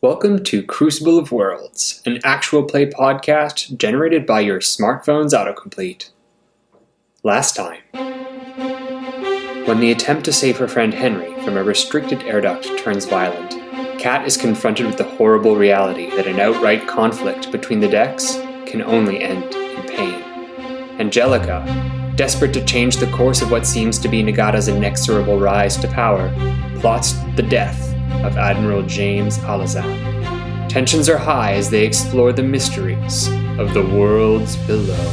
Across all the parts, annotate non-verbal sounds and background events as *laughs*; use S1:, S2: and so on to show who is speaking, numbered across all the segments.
S1: Welcome to Crucible of Worlds, an actual play podcast generated by your smartphone's autocomplete. Last time, when the attempt to save her friend Henry from a restricted air duct turns violent, Kat is confronted with the horrible reality that an outright conflict between the decks can only end in pain. Angelica, desperate to change the course of what seems to be Nagata's inexorable rise to power, plots the death of Admiral James Alazan. Tensions are high as they explore the mysteries of the worlds below.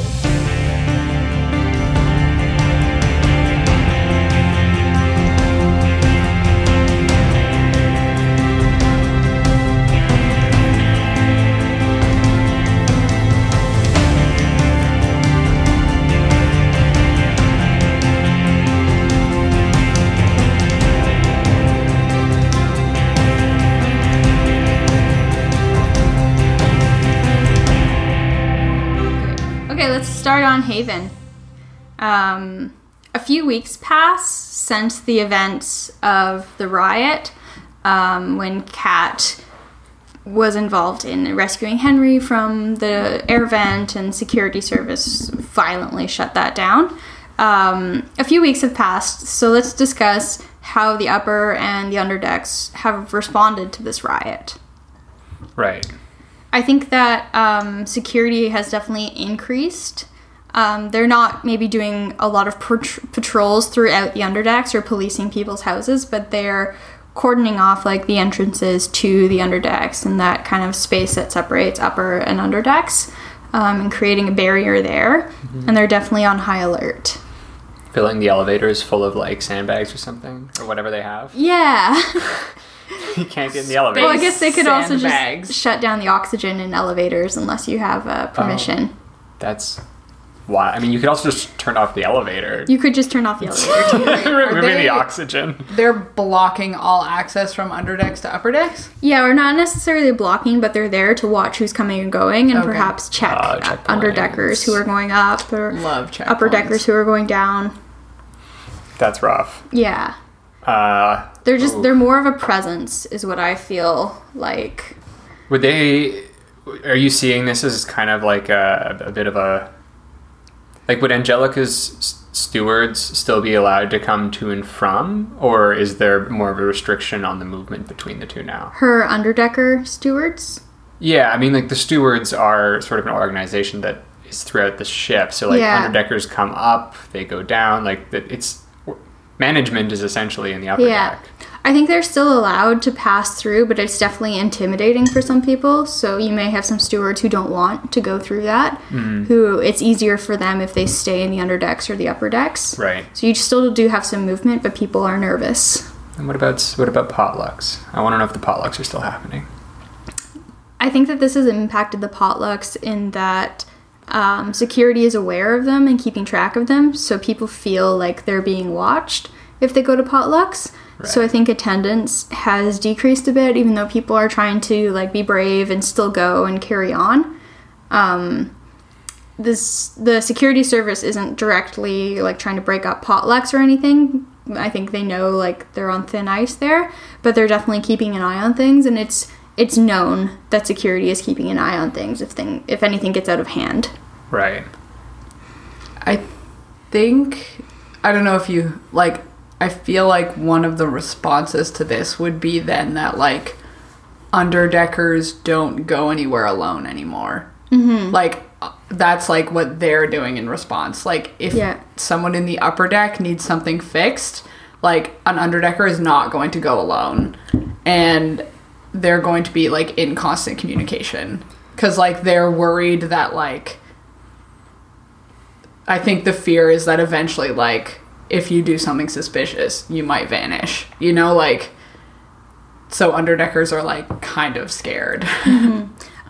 S2: Okay, let's start on Haven. Um, a few weeks pass since the events of the riot um, when Kat was involved in rescuing Henry from the air vent and security service violently shut that down. Um, a few weeks have passed, so let's discuss how the upper and the underdecks have responded to this riot.
S1: Right.
S2: I think that um, security has definitely increased. Um, they're not maybe doing a lot of pat- patrols throughout the underdecks or policing people's houses, but they're cordoning off like the entrances to the underdecks and that kind of space that separates upper and underdecks um, and creating a barrier there. And they're definitely on high alert.
S1: Filling the elevators full of like sandbags or something, or whatever they have. *laughs*
S2: Yeah.
S1: you can't get in the elevator.
S2: *laughs* well, I guess they could also
S3: Sandbags.
S2: just shut down the oxygen in elevators unless you have uh, permission.
S1: That's why. I mean, you could also just turn off the elevator. *laughs*
S2: You could just turn off the elevator. too.
S1: Removing
S3: they-
S1: the oxygen.
S3: They're blocking all access from under decks to upper decks.
S2: Yeah, or not necessarily blocking, but they're there to watch who's coming and going and
S3: Okay.
S2: perhaps check
S1: Ah,
S2: uh,
S1: checkpoints.
S2: underdeckers who are going up or
S3: Love checkpoints.
S2: upper deckers who are going down.
S1: That's rough.
S2: Yeah.
S1: Uh,
S2: They're just
S3: Oh.
S2: they're more of a presence is what I feel like.
S1: would they? Are you seeing this as kind of like a, a bit of a like? Would Angelica's s- stewards still be allowed to come to and from, or is there more of a restriction on the movement between the two now?
S2: Her underdecker stewards.
S1: Yeah, I mean, like the stewards are sort of an organization that is throughout the ship. So like
S2: Yeah.
S1: underdeckers come up, they go down. Like that- it's management is essentially in the upper
S2: yeah.
S1: deck.
S2: I think they're still allowed to pass through, but it's definitely intimidating for some people. So you may have some stewards who don't want to go through that.
S1: Mm-hmm.
S2: Who it's easier for them if they stay in the underdecks or the upper decks.
S1: Right.
S2: So you still do have some movement, but people are nervous.
S1: And what about what about potlucks? I want to know if the potlucks are still happening.
S2: I think that this has impacted the potlucks in that um, security is aware of them and keeping track of them, so people feel like they're being watched if they go to potlucks. So I think attendance has decreased a bit, even though people are trying to like be brave and still go and carry on. this the security service isn't directly like trying to break up potlucks or anything. I think they know like they're on thin ice there, but they're definitely keeping an eye on things and it's it's known that security is keeping an eye on things if thing if anything gets out of hand.
S1: Right.
S3: I think I don't know if you like I feel like one of the responses to this would be then that like underdeckers don't go anywhere alone anymore. Mm-hmm. Like uh, that's like what they're doing in response. Like if
S2: Yeah.
S3: someone in the upper deck needs something fixed, like an underdecker is not going to go alone, and they're going to be like in constant communication because like they're worried that like I think the fear is that eventually, like, if you do something suspicious, you might vanish. You know, like, so underdeckers are like kind of scared. *laughs*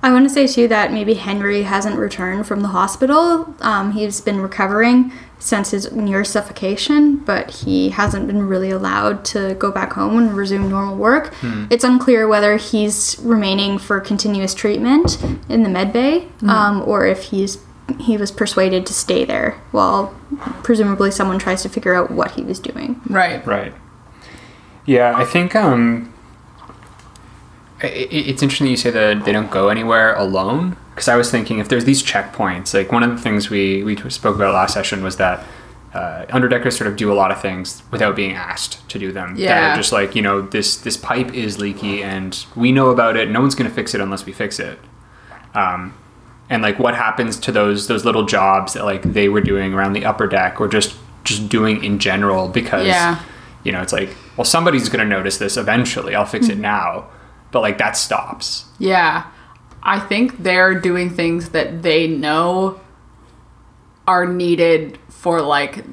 S2: I want to say too that maybe Henry hasn't returned from the hospital. Um, he's been recovering since his near suffocation, but he hasn't been really allowed to go back home and resume normal work. It's unclear whether he's remaining for continuous treatment in the med bay um, or if he's he was persuaded to stay there while presumably someone tries to figure out what he was doing.
S3: right.
S1: Right. Yeah, I think um I- i- it's interesting that you say that they don't go anywhere alone because I was thinking if there's these checkpoints, like one of the things we we spoke about last session was that uh, underdeckers sort of do a lot of things without being asked to do them. That
S3: Yeah.
S1: are just like you know this this pipe is leaky and we know about it. No one's going to fix it unless we fix it. Um, and like what happens to those those little jobs that like they were doing around the upper deck or just just doing in general because
S3: Yeah.
S1: you know it's like well somebody's going to notice this eventually i'll fix it
S3: Mm-hmm.
S1: now but like that stops
S3: Yeah. I think they're doing things that they know are needed for like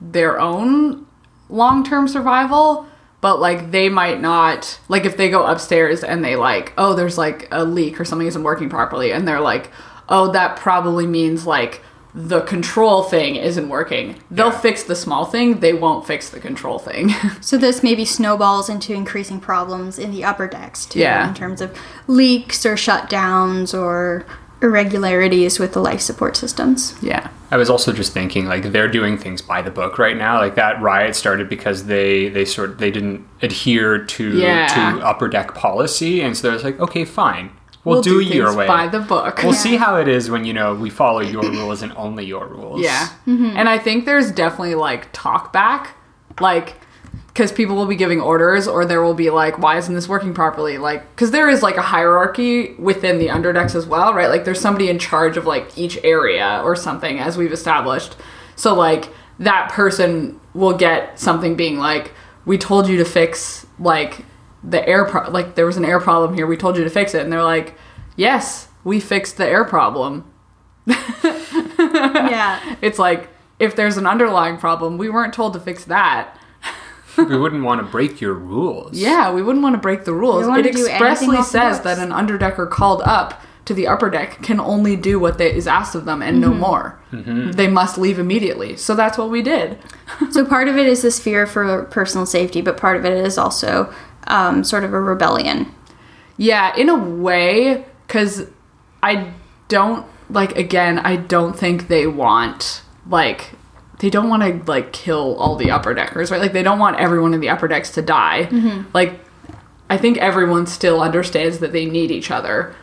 S3: their own long-term survival, but like they might not like if they go upstairs and they like, oh, there's like a leak or something isn't working properly and they're like, oh, that probably means like the control thing isn't working. They'll
S1: Yeah.
S3: fix the small thing, they won't fix the control thing. *laughs*
S2: So this maybe snowballs into increasing problems in the upper decks too,
S3: Yeah.
S2: in terms of leaks or shutdowns or irregularities with the life support systems.
S3: yeah.
S1: i was also just thinking like they're doing things by the book right now like that riot started because they they sort they didn't adhere to
S3: Yeah.
S1: to upper deck policy and so they're just like okay fine we'll, do, it your
S3: things
S1: way
S3: by the book.
S1: We'll
S2: Yeah.
S1: see how it is when you know we follow your rules and only your rules.
S3: *laughs* Yeah. Mm-hmm. And I think there's definitely like talk back, like, because people will be giving orders or there will be like, why isn't this working properly? Like, because there is like a hierarchy within the underdecks as well, right? Like, there's somebody in charge of like each area or something, as we've established. So, like, that person will get something being like, we told you to fix like the air, pro- like, there was an air problem here. We told you to fix it. And they're like, yes, we fixed the air problem
S2: yeah.
S3: it's like if there's an underlying problem, we weren't told to fix that.
S1: we wouldn't want to break your rules.
S3: Yeah, we wouldn't want to break the rules.
S2: We wanna
S3: It
S2: do anything
S3: expressly
S2: off the
S3: says
S2: books.
S3: that an underdecker called up to the upper deck can only do what they, is asked of them and no
S2: Mm-hmm.
S3: more. They must leave immediately. So that's what we did.
S2: So part of it is this fear for personal safety, but part of it is also um, sort of a rebellion.
S3: Yeah, in a way, because I don't like again. I don't think they want like they don't want to like kill all the upper deckers, right? Like they don't want everyone in the upper decks to die. Like I think everyone still understands that they need each other,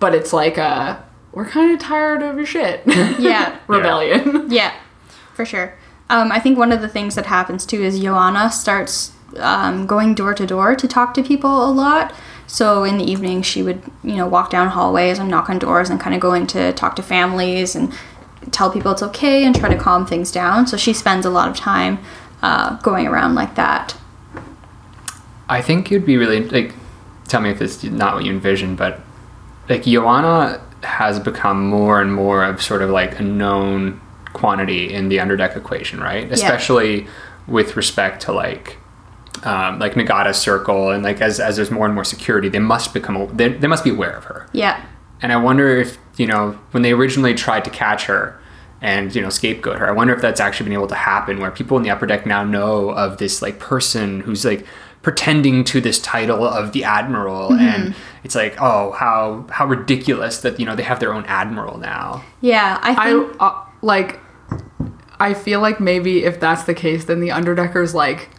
S3: but it's like uh we're kind of tired of your shit.
S2: Yeah.
S3: *laughs* Rebellion.
S2: Yeah, for sure. Um, I think one of the things that happens too is Joanna starts um, going door to door to talk to people a lot. So in the evening, she would you know walk down hallways and knock on doors and kind of go in to talk to families and tell people it's okay and try to calm things down. So she spends a lot of time uh, going around like that.
S1: I think it'd be really like. Tell me if it's not what you envision, but like Joanna has become more and more of sort of like a known quantity in the underdeck equation, right? Especially with respect to like um, like Nagata's circle, and like as as there's more and more security, they must become they, they must be aware of her.
S2: Yeah,
S1: And I wonder if, you know, when they originally tried to catch her and, you know, scapegoat her, I wonder if that's actually been able to happen where people in the upper deck now know of this, like, person who's, like, pretending to this title of the admiral and it's like oh how how ridiculous that you know they have their own admiral now
S2: yeah. I
S3: I
S2: think
S3: uh, like. I feel like maybe if that's the case, then the underdeckers like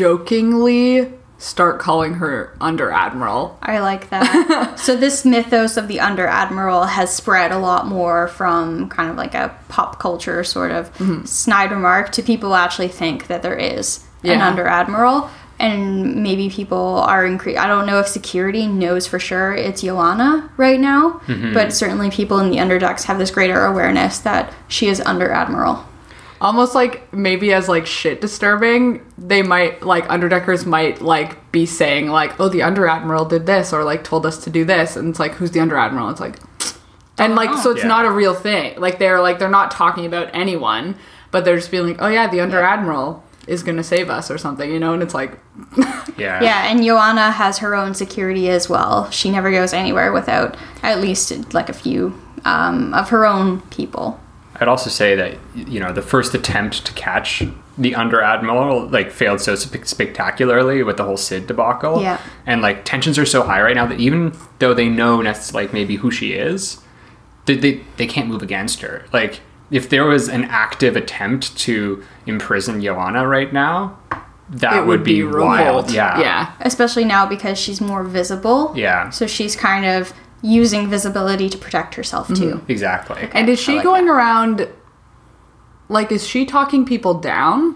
S3: jokingly start calling her under admiral.
S2: I like that. so this mythos of the under admiral has spread a lot more from kind of like a pop culture sort of snide remark to people actually think that there is an
S3: Yeah.
S2: under admiral. And maybe people are incre I don't know if security knows for sure it's Yolana right now, but certainly people in the underdogs have this greater awareness that she is under admiral.
S3: Almost like maybe as like shit disturbing, they might like underdeckers might like be saying like, "Oh, the under admiral did this," or like told us to do this, and it's like, "Who's the under admiral?" It's like, and like so it's
S1: Yeah.
S3: not a real thing. Like they're like they're not talking about anyone, but they're just being like, "Oh yeah, the under admiral is gonna save us" or something, you know? And it's like,
S1: yeah
S2: Yeah, and Joanna has her own security as well. She never goes anywhere without at least like a few um, of her own people.
S1: I'd also say that you know the first attempt to catch the under admiral like failed so sp- spectacularly with the whole Sid debacle.
S2: Yeah.
S1: And like tensions are so high right now that even though they know that's like maybe who she is, they, they they can't move against her. Like if there was an active attempt to imprison Joanna right now, that
S3: it would be
S1: wild.
S3: revolt.
S1: Yeah.
S3: yeah,
S2: especially now because she's more visible.
S1: Yeah.
S2: So she's kind of using visibility to protect herself too.
S1: Exactly.
S3: And is she
S1: I like
S3: going around? Like, is she talking people down?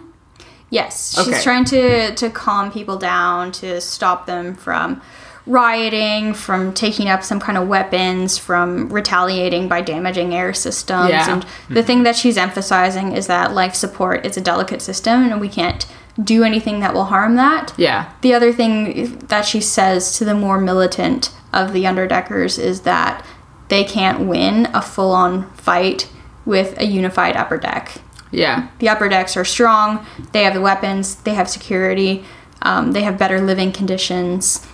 S2: Yes, she's
S3: Okay.
S2: trying to to calm people down, to stop them from rioting, from taking up some kind of weapons, from retaliating by damaging air systems.
S3: Yeah. Mm-hmm.
S2: And the thing that she's emphasizing is that life support is a delicate system, and we can't do anything that will harm that.
S3: Yeah,
S2: The other thing that she says to the more militant of the underdeckers is that they can't win a full on fight with a unified upper deck.
S3: yeah,
S2: The upper decks are strong, they have the weapons, they have security, um, they have better living conditions.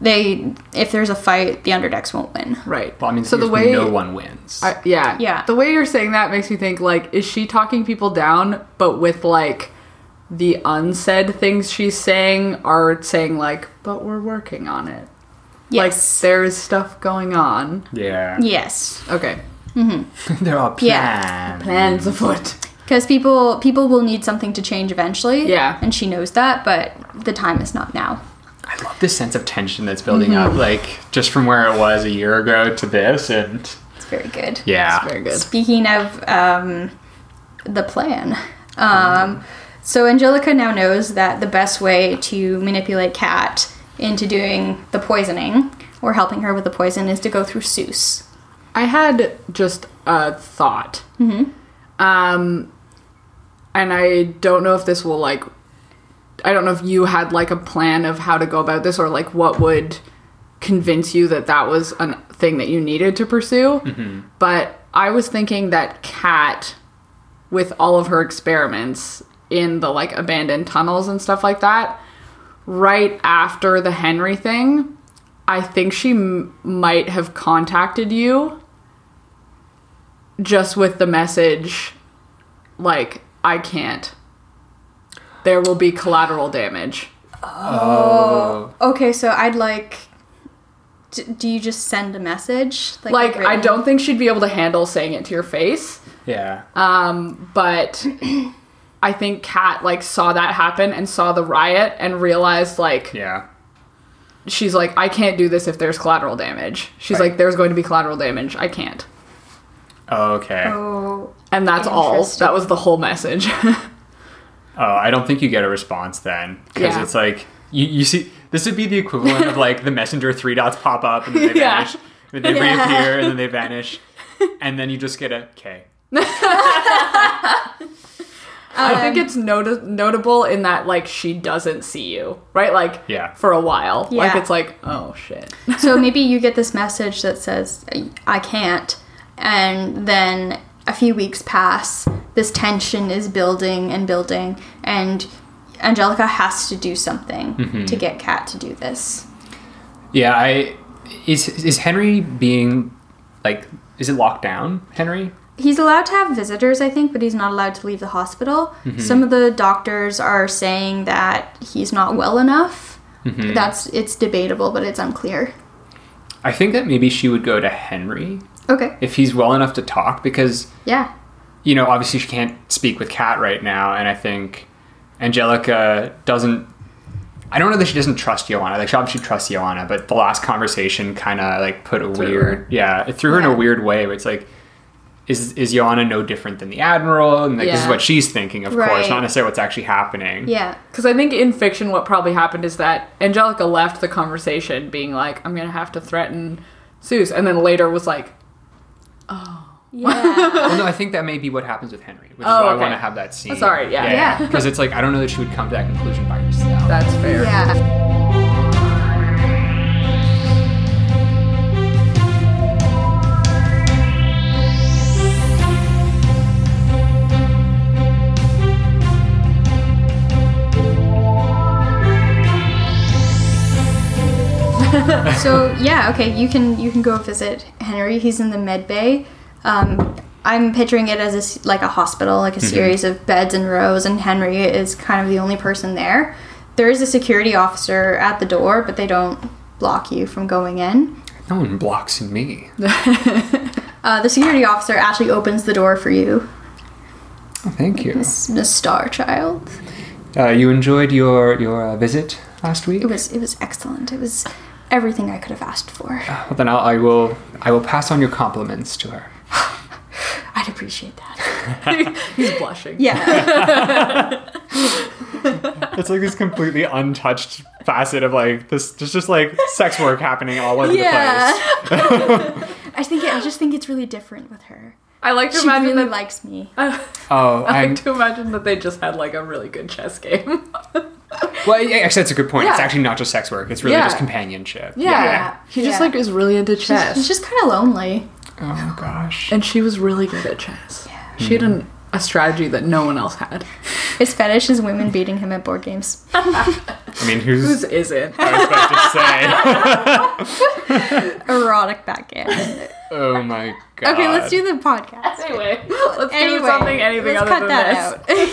S2: They, if there's a fight, the underdecks won't win.
S3: right.
S1: Well, I mean,
S3: so the
S1: there's
S3: way
S1: no one wins.
S3: I, yeah,
S2: Yeah.
S3: The way you're saying that makes me think like, is she talking people down, but with like the unsaid things she's saying are saying like, but we're working on it.
S2: Yes.
S3: Like there is stuff going on.
S1: yeah. *laughs*
S2: yes.
S3: Okay,
S1: there are plans.
S2: Yeah.
S1: Mm.
S3: plans afoot.
S2: Because people people will need something to change eventually.
S3: Yeah.
S2: And she knows that, but the time is not now.
S1: I love this sense of tension that's building up, like just from where it was a year ago to this, and
S2: It's very good.
S1: yeah,
S3: Very good.
S2: Speaking of um, the plan, um, so Angelica now knows that the best way to manipulate Kat into doing the poisoning or helping her with the poison is to go through Seuss.
S3: I had just a thought. Mm-hmm. Um, and I don't know if this will like. I don't know if you had like a plan of how to go about this or like what would convince you that that was a thing that you needed to pursue. But I was thinking that Kat, with all of her experiments in the like abandoned tunnels and stuff like that, right after the Henry thing, I think she m- might have contacted you just with the message, like, I can't. There will be collateral damage.
S2: Okay, so I'd like. D- do you just send a message?
S3: Like, I
S2: written-
S3: don't think she'd be able to handle saying it to your face,
S1: yeah.
S3: but I think Kat, like, saw that happen and saw the riot and realized, like,
S1: yeah.
S3: she's like, I can't do this if there's collateral damage. She's
S1: Right.
S3: like, there's going to be collateral damage. I can't.
S1: Okay. Oh.
S2: Oh,
S3: And that's all.
S2: Interesting.
S3: That was the whole message. *laughs*
S1: Oh, I don't think you get a response then, because
S3: Yeah.
S1: it's like you, you see this would be the equivalent of like the messenger three dots pop up and then they
S3: Yeah.
S1: vanish, and then they
S2: Yeah.
S1: reappear and then they vanish, and then you just get a okay.
S3: I think it's noti- notable in that like she doesn't see you, right? Like
S1: Yeah.
S3: for a while. Like
S2: Yeah.
S3: it's like, oh shit.
S2: so maybe you get this message that says i can't and then a few weeks pass this tension is building and building and angelica has to do something to get kat to do this
S1: Yeah, I is is Henry being like is it locked down, Henry?
S2: he's allowed to have visitors i think but he's not allowed to leave the hospital some of the doctors are saying that he's not well enough that's it's debatable but it's unclear
S1: I think that maybe she would go to Henry
S2: okay
S1: if he's well enough to talk because
S2: yeah
S1: you know, obviously she can't speak with Kat right now, and I think Angelica doesn't. I don't know that she doesn't trust Joanna. Like she obviously trusts Joanna, but the last conversation kind of like put a weird, yeah, it threw her in a
S2: Yeah.
S1: weird way. Where it's like, is is Joanna no different than the admiral? And like this is
S3: Yeah.
S1: what she's thinking, of course,
S2: Right.
S1: not necessarily what's actually happening.
S2: yeah
S3: Because I think in fiction, what probably happened is that Angelica left the conversation being like, I'm gonna have to threaten Zeus, and then later was like,
S2: yeah
S1: Well, no, I think that may be what happens with Henry, which is
S3: Oh,
S1: why I
S3: okay.
S1: want to have that scene.
S3: Sorry, yeah.
S2: Yeah.
S1: because it's like I don't know that she would come to that conclusion by herself.
S3: that's fair.
S2: yeah so yeah okay you can you can go visit henry he's in the med bay um, i'm picturing it as a s like a hospital like a series of beds and rows and henry is kind of the only person there there is a security officer at the door but they don't block you from going in
S1: No one blocks me.
S2: uh, the security officer actually opens the door for you
S1: Oh, thank you.
S2: miss, miss star child
S1: Uh, you enjoyed your your uh, visit last week.
S2: It was it was excellent. It was everything I could have asked for.
S1: Well, then I'll, I will I will pass on your compliments to her.
S2: I'd appreciate that.
S3: *laughs* He's blushing.
S2: Yeah.
S1: It's like this completely untouched facet of like this. There's just like sex work happening all over
S2: *laughs* I think it, I just think it's really different with her.
S3: I like to
S2: She
S3: imagine
S2: really
S3: that.
S2: likes me. Uh,
S1: Oh,
S3: *laughs* I
S1: I'm,
S3: like to imagine that they just had like a really good chess game.
S1: well, yeah, actually, that's a good point. It's
S3: Yeah.
S1: actually not just sex work. It's really
S3: Yeah.
S1: just companionship.
S2: *laughs* Yeah.
S3: He just
S2: Yeah.
S3: like is really into chess.
S2: She's just kind of lonely.
S1: Oh gosh.
S3: and she was really good at chess. Yeah. She had an, a strategy that no one else had.
S2: His fetish is women beating him at board games.
S1: I mean, who's
S2: *laughs*
S3: Whose isn't?
S1: I was about to say?
S3: *laughs*
S2: Erotic backgammon.
S1: Oh my god.
S2: Okay, let's do the podcast.
S3: anyway, *laughs* let's
S2: Anyway,
S3: do something, anything
S2: let's
S3: other
S2: cut
S3: than this.
S2: that out.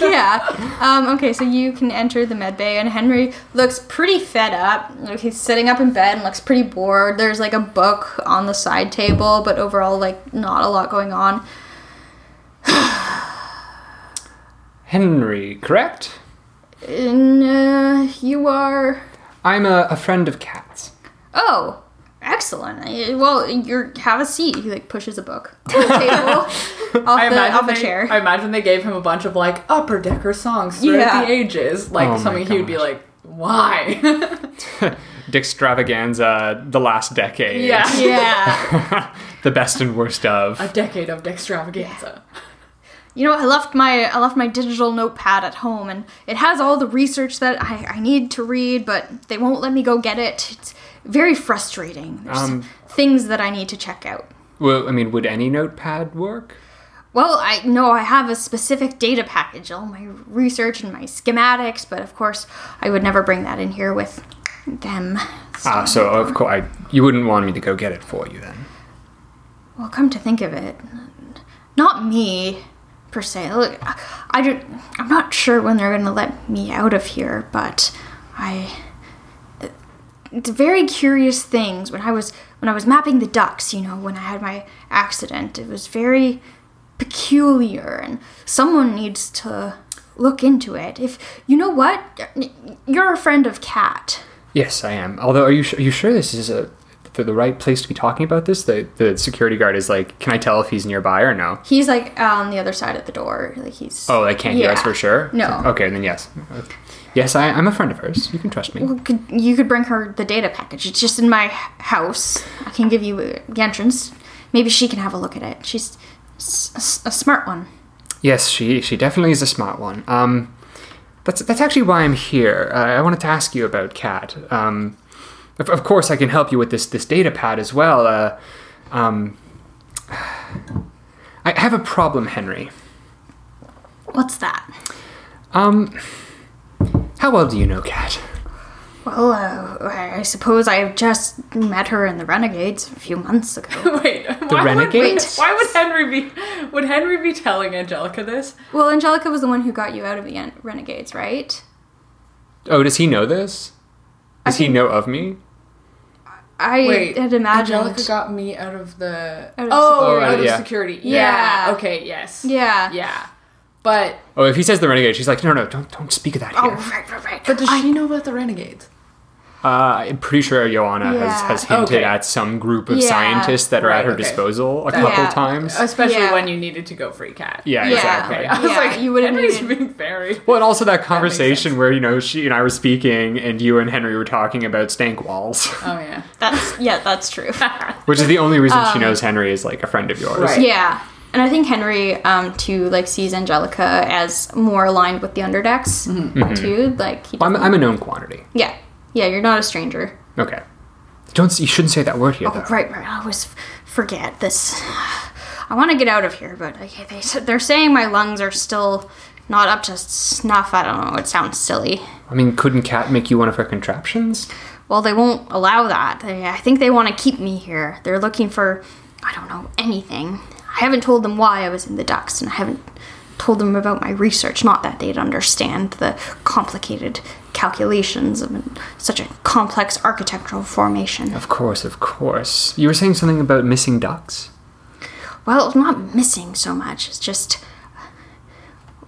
S2: *laughs* yeah. Um, okay, so you can enter the med bay, and Henry looks pretty fed up. Like, He's sitting up in bed and looks pretty bored. There's like a book on the side table, but overall, like not a lot going on.
S1: Henry, correct?
S2: And uh, you are.
S1: I'm a, a friend of Cat's.
S2: Oh, excellent. I- Well, you're have a seat. He like pushes a book to the
S3: *laughs*
S2: table off,
S3: I
S2: the,
S3: imagine,
S2: off a
S3: they,
S2: chair.
S3: I imagine they gave him a bunch of like upper decker songs throughout
S2: Yeah.
S3: the ages. Like
S1: Oh my
S3: something he would be
S1: gosh.
S3: like, why? *laughs*
S1: Dextravaganza, the last decade.
S2: *laughs*
S3: yeah.
S2: yeah.
S1: the best and worst of.
S3: A decade of extravaganza.
S2: You know, I left my I left my digital notepad at home, and it has all the research that I, I need to read, but they won't let me go get it. It's very frustrating. There's
S1: Um,
S2: things that I need to check out.
S1: Well, I mean, would any notepad work?
S2: Well, I know I have a specific data package, all my research and my schematics, but of course, I would never bring that in here with them.
S1: Ah, so of course, you wouldn't want me to go get it for you then.
S2: Well, come to think of it, not me per se. Look, I- I don't, I'm not sure when they're going to let me out of here, but I it's very curious things when I was when I was mapping the ducks, you know, when I had my accident. It was very peculiar and someone needs to look into it. If you know what, you're a friend of Cat.
S1: Yes, I am. Although, are you su- are you sure this is a the, the right place to be talking about this? The the security guard is like, can I tell if he's nearby or no?
S2: He's like on the other side of the door. Like he's
S1: Oh, they can't hear us
S2: Yeah.
S1: for sure.
S2: No.
S1: Okay, then yes. Yes, I, I'm a friend of hers. You can trust me.
S2: Well, could, you could bring her the data package. It's just in my h- house. I can give you uh, the entrance. Maybe she can have a look at it. She's s- s- a smart one.
S1: Yes, she she definitely is a smart one. Um, that's that's actually why I'm here. Uh, I wanted to ask you about Cat. Um, of, of course, I can help you with this this data pad as well. Uh, um, I have a problem, Henry.
S2: What's that?
S1: Um, how well do you know Cat?
S2: Well, uh, I I suppose I have just met her in the Renegades a few months ago.
S3: *laughs* Wait,
S1: The
S3: why Would,
S1: Renegades?
S3: why would Henry be? Would Henry be telling Angelica this?
S2: well, Angelica was the one who got you out of the en- Renegades, right?
S1: Oh, does he know this? Does he know of me?
S2: I had imagined.
S3: Angelica got me out of the
S2: Out of
S3: oh,
S1: security.
S3: out of
S1: Yeah.
S3: security.
S2: Yeah.
S3: Yeah. Okay. Yes.
S2: yeah.
S3: Yeah. But
S1: Oh, if he says the renegade, she's like, no, no, don't don't speak of that
S2: Oh,
S1: here.
S2: right, right, right.
S3: but does
S2: I-
S3: she know about the renegades?
S1: Uh, I'm pretty sure Joanna
S2: Yeah.
S1: has, has hinted
S3: Okay.
S1: at some group of
S2: Yeah.
S1: scientists that are at
S3: Right,
S1: her
S3: okay. Uh,
S1: disposal a
S3: That-
S1: couple
S2: Yeah.
S1: times.
S3: Especially
S2: Yeah.
S3: when you needed to go free cat.
S1: Yeah,
S2: Yeah.
S1: exactly.
S3: Okay. I was
S2: Yeah,
S3: like,
S2: you
S3: you
S2: would've
S3: wouldn't Henry's
S2: needed-
S3: being
S2: *laughs*
S3: very.
S1: Well, and also that
S3: makes
S1: conversation
S3: sense.
S1: where you know she and I were speaking, and you and Henry were talking about stank walls, *laughs*
S3: Oh yeah.
S2: That's yeah, that's *laughs* true.
S1: which is the only reason she
S2: Um,
S1: knows Henry is like a friend of yours.
S3: Right.
S2: Yeah. And I think Henry, um, too, like sees Angelica as more aligned with the underdecks, too. Like,
S1: Mm-hmm.
S2: he
S1: Well, I'm,
S2: doesn't-
S1: I'm a known quantity.
S2: yeah, yeah, you're not a stranger.
S1: Okay. Don't you shouldn't say that word here though.
S2: Oh, Right, right. I always f- forget this. *sighs* I want to get out of here, but okay, they said they're saying my lungs are still not up to snuff. I don't know. It sounds silly.
S1: I mean, couldn't Cat make you one of her contraptions?
S2: Well, they won't allow that. They, I think they want to keep me here. They're looking for, I don't know, anything. I haven't told them why I was in the ducks, and I haven't told them about my research. Not that they'd understand the complicated calculations of such a complex architectural formation.
S1: Of course, of course. You were saying something about missing ducks.
S2: Well, not missing so much. It's just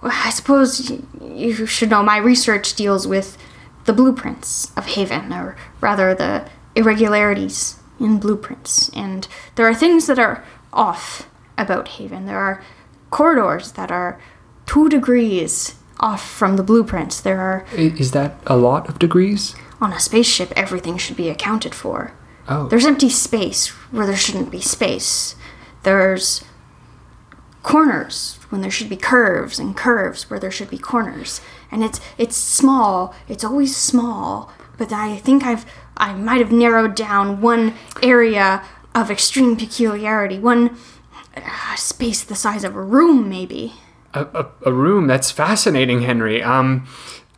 S2: I suppose y- you should know my research deals with the blueprints of Haven, or rather, the irregularities in blueprints. And there are things that are off about Haven. There are corridors that are two degrees off from the blueprints. There are,
S1: I- Is that a lot of degrees?
S2: on a spaceship, everything should be accounted for.
S1: Oh.
S2: There's empty space where there shouldn't be space. There's corners when there should be curves and curves where there should be corners. And it's it's small. It's always small, but I think I've I might have narrowed down one area of extreme peculiarity, one uh, space the size of a room maybe.
S1: a, a room. That's fascinating, Henry. Um,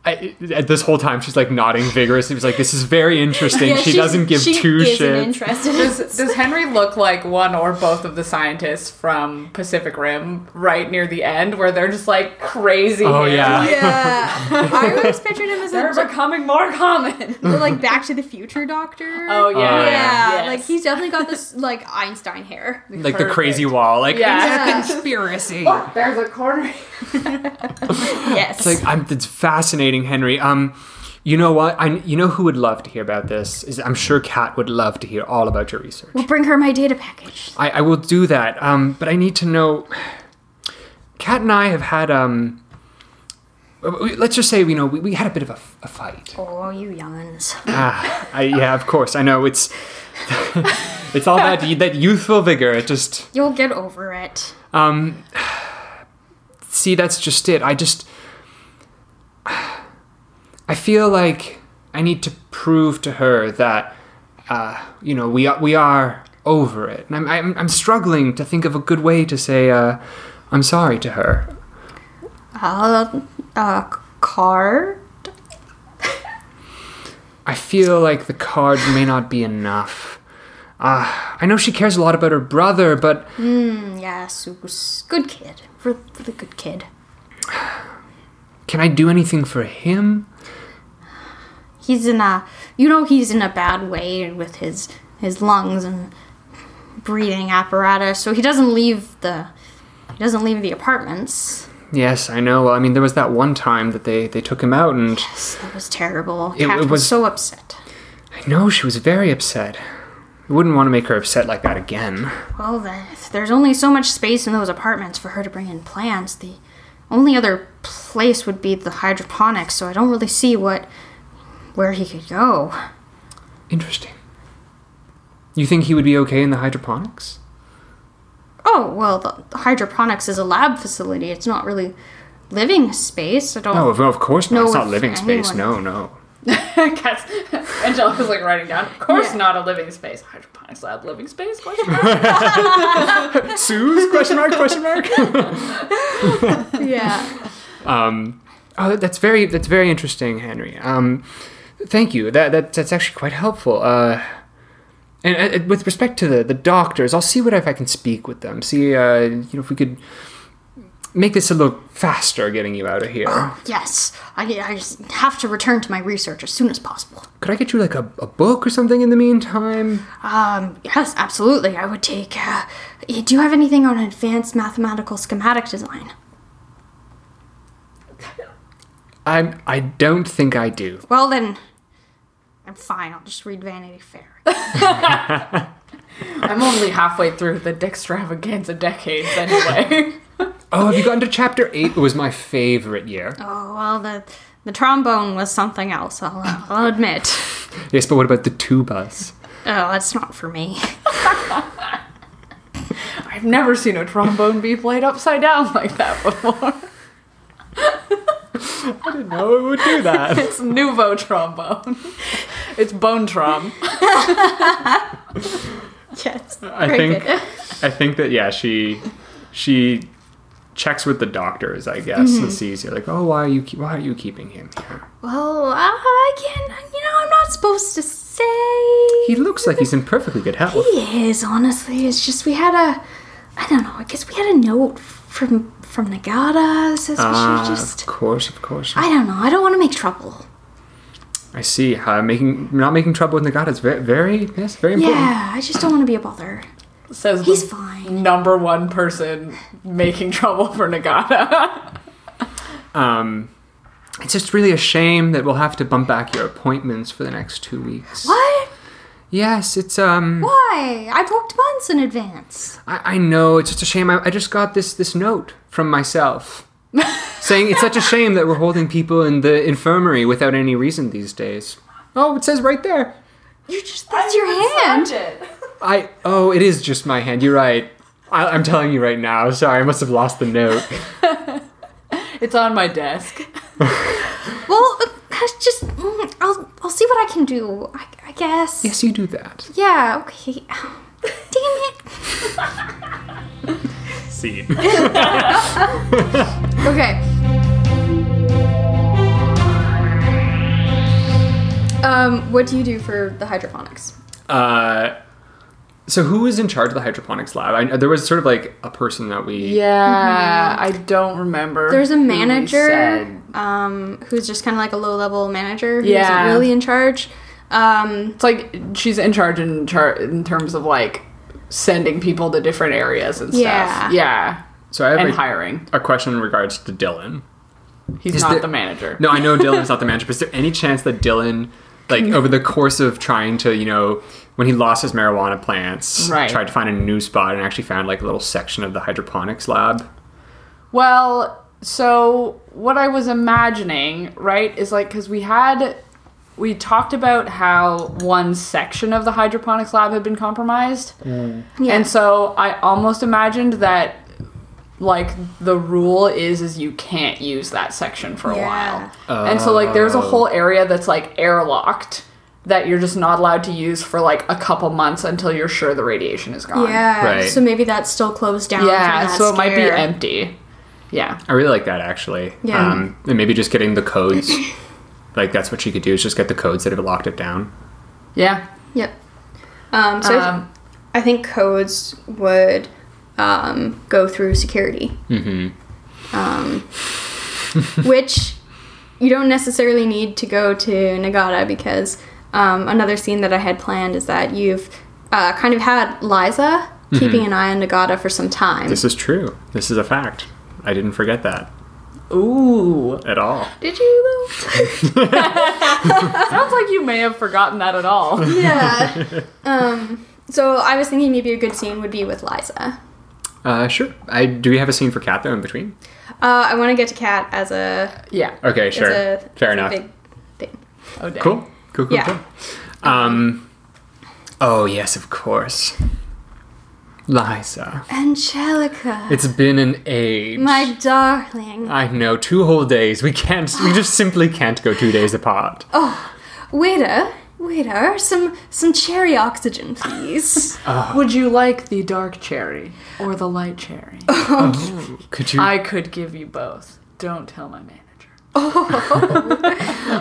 S1: I, I- this whole time she's like nodding vigorously. She's like, "This is very interesting." she doesn't give two shits.
S3: *laughs*
S2: Interested.
S3: Does, does Henry look like one or both of the scientists from Pacific Rim right near the end, where they're just like crazy?
S1: Oh,
S3: and,
S1: yeah.
S3: like,
S4: *laughs*
S2: yeah. I always pictured him as a
S3: they're becoming more common.
S2: *laughs* Or, like Back to the Future Doctor.
S3: Oh yeah,
S1: yeah.
S2: yeah,
S3: Yes.
S2: like he's definitely got this like Einstein hair.
S1: Like the crazy wall. Like
S3: Yeah.
S2: Yeah.
S1: conspiracy.
S3: There's a corner. *laughs*
S2: yes.
S1: It's like I'm, it's fascinating, Henry. Um, you know what? I you know who would love to hear about this is I'm sure Kat would love to hear all about your research.
S2: we'll bring her my data package.
S1: I, I will do that. Um, but I need to know. Kat and I have had um. we- Let's just say you know we, we had a bit of a, a fight.
S2: Oh, you youngins.
S1: Ah, I, yeah, of course. I know it's *laughs* it's all that that youthful vigor. It just
S2: You'll get over it.
S1: um see that's just it. I just I feel like I need to prove to her that uh, you know we are, we are over it, and I'm, I'm I'm struggling to think of a good way to say uh, I'm sorry to her.
S2: Uh, uh, card?
S1: I feel like the card may not be enough. Uh, I know she cares a lot about her brother, but
S2: Mm, Yeah, Zeus. Good kid. For, for the good kid.
S1: Can I do anything for him?
S2: He's in a, you know, he's in a bad way with his his lungs and breathing apparatus. So he doesn't leave the, he doesn't leave the apartments.
S1: Yes, I know. Well, I mean, there was that one time that they, they took him out, and
S2: That was terrible.
S1: It-
S2: Cat
S1: it
S2: was
S1: was-
S2: so upset.
S1: I know she was very upset. I wouldn't want to make her upset like that again.
S2: Well, then, if there's only so much space in those apartments for her to bring in plants. The only other place would be the hydroponics, so I don't really see what where he could go.
S1: Interesting. You think he would be okay in the hydroponics?
S2: Oh, well, the, the hydroponics is a lab facility. It's not really living space. I don't
S1: No, of, of course not.
S2: Oh. No,
S1: it's not
S2: if
S1: living space. No,
S2: anyone-
S1: no.
S3: Cats. Angelica's like writing down. Of course, not a living space. Hydroponics lab, living space? Question
S2: *laughs*
S3: mark.
S1: Sue's question mark question mark.
S2: Yeah.
S1: um, oh, that's very that's very interesting, Henry. Um, thank you. That, that that's actually quite helpful. Uh, and, and with respect to the, the doctors, I'll see what if I can speak with them. See, uh, you know, if we could make this a little faster getting you out of *clears throat* here.
S2: *laughs* yes. I, I just have to return to my research as soon as possible.
S1: Could I get you like a, a book or something in the meantime?
S2: Um, yes, absolutely. I would take. Uh, do you have anything on advanced mathematical schematic design?
S1: I I don't think I do.
S2: Well, then, I'm fine. I'll just read Vanity Fair.
S3: *laughs* I'm only halfway through the Dextravaganza decades anyway. *laughs*
S1: Oh, have you gotten to chapter eight? It was my favorite year.
S2: oh, well, the, the trombone was something
S1: *laughs*
S2: else, I'll, I'll admit.
S1: Yes, but what about the *laughs* tubas?
S2: Oh, that's not
S1: *laughs*
S2: for me.
S3: I've never seen a trombone be played upside down like that before. *laughs*
S1: I didn't know it would do that.
S3: It's nouveau trombone. *laughs* It's bone trom.
S2: yes.
S1: I
S2: Very
S1: think
S2: good.
S1: I think that yeah, she she checks with the doctors, I guess,
S2: Mm-hmm.
S1: and sees you like, oh, why are you keep, why are you keeping him here?
S2: Well, I can't. You know, I'm not supposed to say.
S1: He looks like he's in perfectly good health.
S2: He is, honestly. It's just we had a. I don't know. I guess we had a note from from Nagata that says we
S1: Ah,
S2: should just.
S1: of course, of course.
S2: I don't know. I don't want to make trouble.
S1: I see. Uh, making not making trouble with Nagata is very, very yes, very important.
S2: Yeah, I just don't want to be a bother.
S3: Says
S2: He's
S3: the
S2: fine.
S3: number one person making trouble for Nagata.
S1: Um, it's just really a shame that we'll have to bump back your appointments for the next two weeks.
S4: What?
S1: Yes, it's um.
S4: Why? I booked months in advance.
S1: I, I know it's just a shame. I, I just got this this note from
S3: *laughs*
S1: myself saying it's such a shame that we're holding people in the infirmary without any reason these days. Oh, it says right there.
S4: You just that's your hand.
S1: I oh, it is just my hand. You're right. I, I'm telling you right now. Sorry, I must have lost the note.
S3: It's on my desk.
S4: Well, uh, just mm, I'll I'll see what I can do. I, I guess.
S1: yes, you do that.
S4: Yeah. Okay. *laughs* Damn it.
S1: See.
S4: Okay. Um, what do you do for the hydroponics?
S1: Uh, so who was in charge of the hydroponics lab? I, there was sort of like a person that we.
S3: Yeah, I don't remember.
S4: Mm-hmm. There's a
S3: who we
S4: manager
S3: said.
S4: um, who's just kind of like a low level manager who
S3: Yeah.
S4: isn't really in charge. Um,
S3: It's like she's in charge in char- in terms of like sending people to different areas and
S4: Yeah.
S3: stuff. Yeah.
S1: So I have
S3: And
S1: a,
S3: hiring.
S1: a question in regards to Dylan.
S3: He's
S1: Is
S3: not
S1: there-
S3: the manager.
S1: No, I know Dylan's not the manager, but is there any chance that Dylan, like
S4: Mm.
S1: over the course of trying to, you know, when he lost his marijuana plants,
S3: Right.
S1: tried to find a new spot and actually found like a little section of the hydroponics lab?
S3: Well, so what I was imagining, right, is like because we had we talked about how one section of the hydroponics lab had been compromised,
S4: yeah.
S3: and so I almost imagined that like the rule is is you can't use that section for a
S4: Yeah.
S3: while, and so like there's a
S1: Oh.
S3: whole area that's like airlocked that you're just not allowed to use for like a couple months until you're sure the radiation is gone.
S4: yeah.
S1: Right.
S4: So maybe that's still closed down.
S3: Yeah,
S4: from that
S3: so it might be
S4: scare.
S3: empty. Yeah.
S1: I really like that actually.
S4: Yeah.
S1: Um, and maybe just getting the codes. like that's what she could do is just get the codes that have locked it down.
S3: Yeah.
S4: Yep. Um, so I-
S3: Um,
S4: I think codes would um, go through security. Mm-hmm. Um, *laughs* which you don't necessarily need to go to Nagata because um, another scene that I had planned is that you've uh, kind of had Liza
S3: Mm-hmm.
S4: keeping an eye on Nagata for some time.
S1: This is true. This is a fact. I didn't forget that
S3: Ooh.
S1: at all.
S4: Did you though?
S3: Sounds like you may have forgotten that at all.
S4: yeah. um, so I was thinking maybe a good scene would be with Liza.
S1: Uh, sure. I do. We have a scene for Cat though in between.
S4: Uh, I want to get to Kat as a
S3: yeah.
S1: Okay, sure.
S4: as a,
S1: Fair
S4: as a
S1: enough.
S4: big thing.
S3: Oh, dang.
S1: Cool. Cool. Cool.
S4: Yeah.
S1: Cool. Um. Oh yes, of course. Liza,
S4: Angelica.
S1: it's been an age.
S4: My darling.
S1: I know two whole days. We can't. We
S4: *gasps*
S1: just simply can't go two days apart.
S4: Oh, Waiter, waiter, some some cherry oxygen,
S1: *laughs*
S4: please.
S3: Would you like the dark cherry or the light cherry?
S1: Could you,
S3: I could give you both. Don't tell my manager.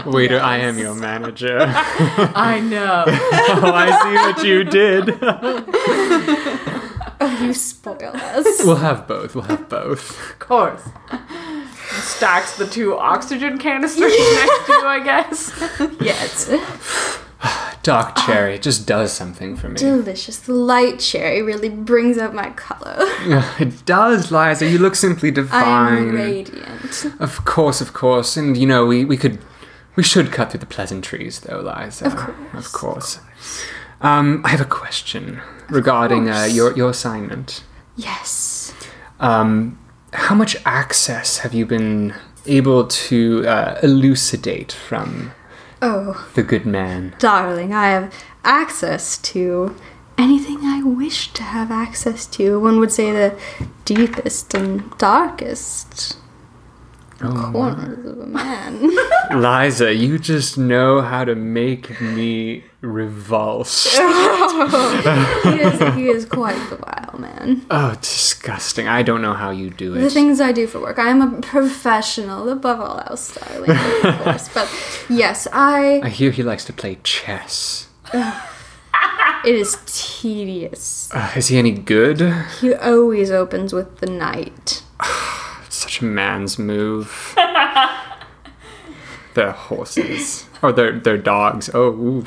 S1: waiter? I am your
S4: *laughs*
S1: manager. oh,
S3: I know.
S1: I see what you did.
S4: *laughs* Oh, you spoil us.
S1: We'll have both. We'll have both.
S3: Of course. Stacks the two oxygen canisters next to you, I guess.
S4: yes.
S1: Dark
S4: Ah.
S1: cherry it just does something for me.
S4: Delicious. The light cherry really brings out my color.
S1: *laughs* It does, Liza. You look simply divine.
S4: I'm radiant.
S1: Of course, of course, and you know we, we could we should cut through the pleasantries, though, Liza. Of course, of course. Um, I have a question regarding uh, your your assignment.
S4: Yes.
S1: Um, how much access have you been able to uh, elucidate from
S4: Oh,
S1: the good man?
S4: darling, I have access to anything I wish to have access to. One would say the deepest and darkest
S1: Oh,
S4: corners of a man. *laughs*
S1: Liza, you just know how to make me *laughs* revulsed.
S4: he, is, he is quite the wild man.
S1: Oh, disgusting! I don't know how you do
S4: The
S1: it.
S4: things I do for work. I am a professional above all else,
S1: *laughs*
S4: darling, of course. But yes, I.
S1: I hear he likes to play chess.
S4: It is tedious.
S1: Uh, is he any good?
S4: He always opens with the night.
S1: Such a man's
S4: *laughs*
S1: move. they're horses. Or they're, they're dogs. Oh, ooh.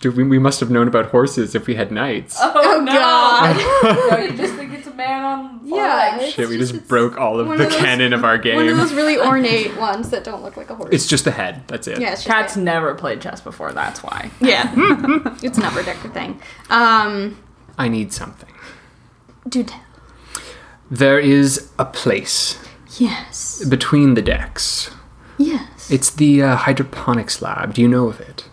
S1: Dude, we, we must have known about horses if we had knights.
S3: *laughs*
S4: Oh, God!
S3: No, you just think it's a man on
S4: Yeah,
S5: Alright.
S4: it's
S1: Shit, we just,
S4: it's
S1: broke all of
S4: one
S1: the
S4: those-
S1: canon of our game.
S4: One of those really ornate ones that don't look like a horse.
S1: it's just the head. That's it.
S4: yeah, it's just
S3: Cat's never played chess before, that's why.
S4: like- yeah, *laughs* it's an upper decker thing. Um,
S1: I need something.
S4: do tell.
S1: There is a place
S4: Yes,
S1: between the decks.
S4: yes.
S1: It's the uh, hydroponics lab. Do you know of it?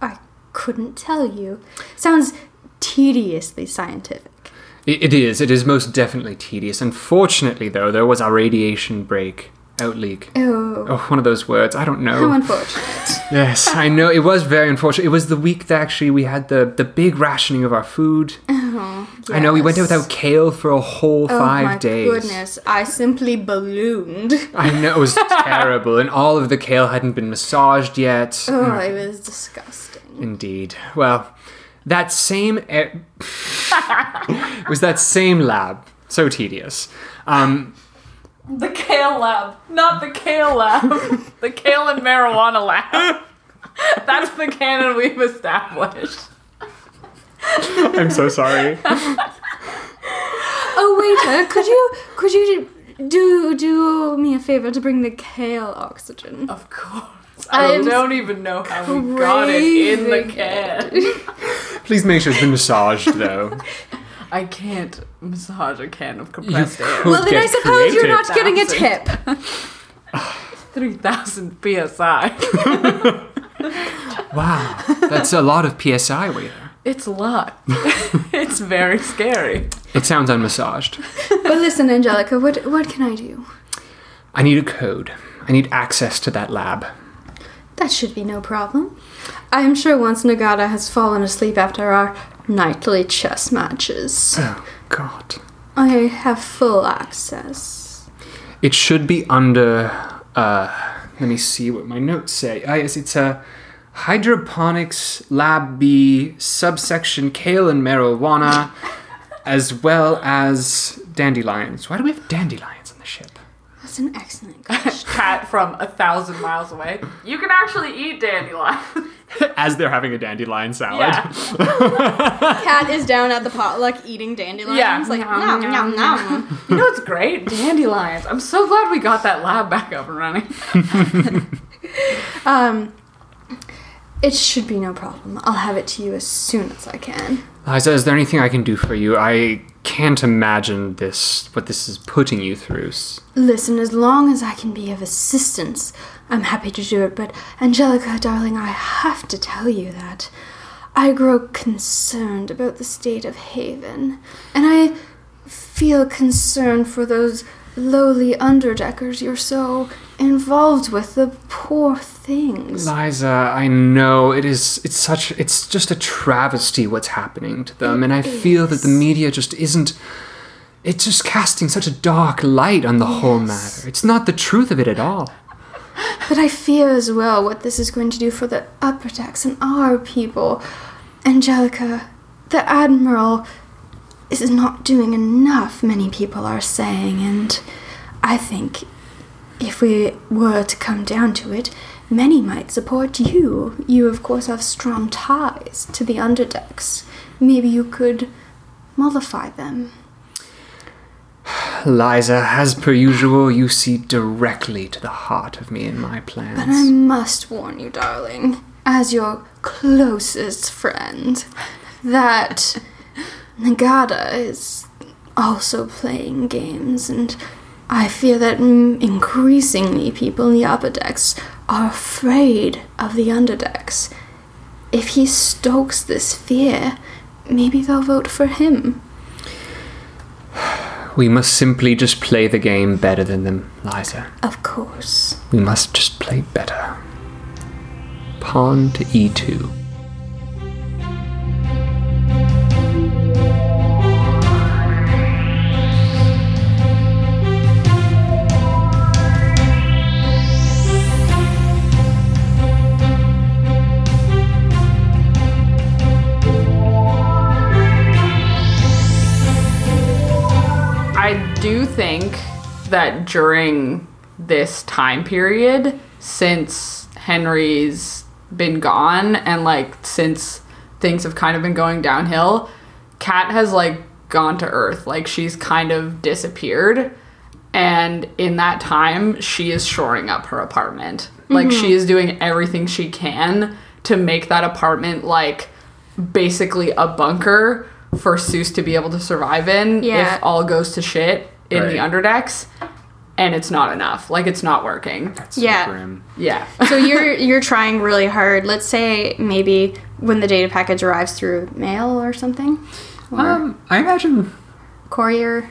S4: I couldn't tell you. Sounds tediously scientific.
S1: It, it is. It is most definitely tedious. Unfortunately, though, there was a radiation break outleak.
S4: Oh,
S1: Oh, one of those words. I don't know.
S4: how unfortunate.
S1: yes, I know. It was very unfortunate. It was the week that actually we had the, the big rationing of our
S4: *laughs*
S1: food. I know we went out
S4: Oh, Yes.
S1: without kale for a whole
S4: Oh
S1: five
S4: my
S1: days. Hmm.
S4: goodness, I simply
S1: *laughs*
S4: ballooned.
S1: I know
S4: *laughs*
S1: it was terrible, and all of the kale hadn't been massaged yet.
S4: Oh, it was disgusting.
S1: Indeed. Well, that same
S4: *laughs*
S1: air- it was that same lab. So tedious. Um,
S3: The kale lab. Not the kale *laughs* lab. the kale and marijuana lab. That's the canon we've established.
S1: I'm so
S4: *laughs*
S1: sorry.
S4: Oh wait, uh, could you could you do do me a favor to bring the kale oxygen?
S3: Of course. I
S4: I'm
S3: don't even know how we got it in the
S4: craving
S3: can.
S1: Please make sure it's been massaged, though.
S3: I can't massage a can of compressed air. *laughs*
S1: could
S4: Well, then
S1: get
S4: I suppose you're not
S1: creative.
S4: getting a
S3: Thousand.
S4: tip.
S3: 3000 psi.
S1: Wow, that's a lot of psi. Waiter.
S3: It's a *laughs* lot. it's very scary.
S1: It sounds unmassaged.
S4: But listen, Angelica, what what can I do?
S1: I need a code. I need access to that lab.
S4: That should be no problem. I am sure once Nagata has fallen asleep after our nightly chess
S1: *laughs*
S4: matches,
S1: Oh God.
S4: I have full access.
S1: It should be under. Uh, let me see what my notes say. Ah, yes, it's a hydroponics lab B subsection kale and marijuana, as well as dandelions. Why do we have dandelions on the ship?
S4: That's an *laughs* excellent question.
S3: Cat from a thousand miles away. You can actually eat dandelion.
S1: As they're having a dandelion salad.
S3: Yeah.
S4: Cat is down at the potluck eating dandelions.
S3: Yeah.
S4: Like,
S3: Nom,
S4: nom,
S3: nom,
S4: nom, nom.
S3: You know what's great? Dandelions. I'm so glad we got that lab back up and running.
S4: Um, it should be no problem. I'll have it to you as soon as I can.
S1: Liza, is there anything I can do for you? I can't imagine this, what this is putting you through. S-
S4: Listen, as long as I can be of assistance, I'm happy to do it. But, Angelica, darling, I have to tell you that I grow concerned about the state of Haven. And I feel concern for those lowly underdeckers you're so involved with, the poor things.
S1: Liza, I know it is. It's such. It's just a travesty what's happening to them, and I feel that the media just isn't. It's just casting such a dark light on the whole matter. It's not the truth of it at all.
S4: But I fear as well what this is going to do for the upper decks and our people. Angelica, the Admiral is not doing enough, many people are saying, and I think if we were to come down to it, many might support you. You, of course, have strong ties to the underdecks. Maybe you could mollify them.
S1: Liza, as per usual, you see directly to the heart of me and my
S4: But I
S1: plans.
S4: must warn you, darling, as your closest friend, that Nagata is also playing games, and I fear that mm, increasingly people in the upper decks are afraid of the underdecks. If he stokes this fear, maybe they'll vote for him.
S1: We must simply just play the game better than them, Liza.
S4: Of course.
S1: We must just play better. Pawn to E e2.
S3: I do think that during this time period, since Henry's been gone and like since things have kind of been going downhill, Kat has like gone to Earth. Like she's kind of disappeared. And in that time, she is shoring up her apartment. Like she is doing everything she can to make that apartment like basically a bunker for Seuss to be able to survive in
S2: Yeah.
S3: if all goes to shit in
S1: Right.
S3: the underdecks. And it's not enough. Like it's not working.
S1: So
S2: Yeah.
S1: grim.
S3: Yeah.
S2: so you're you're trying really hard. Let's say maybe when the data package arrives through mail or something, or
S1: Um, I imagine.
S2: courier.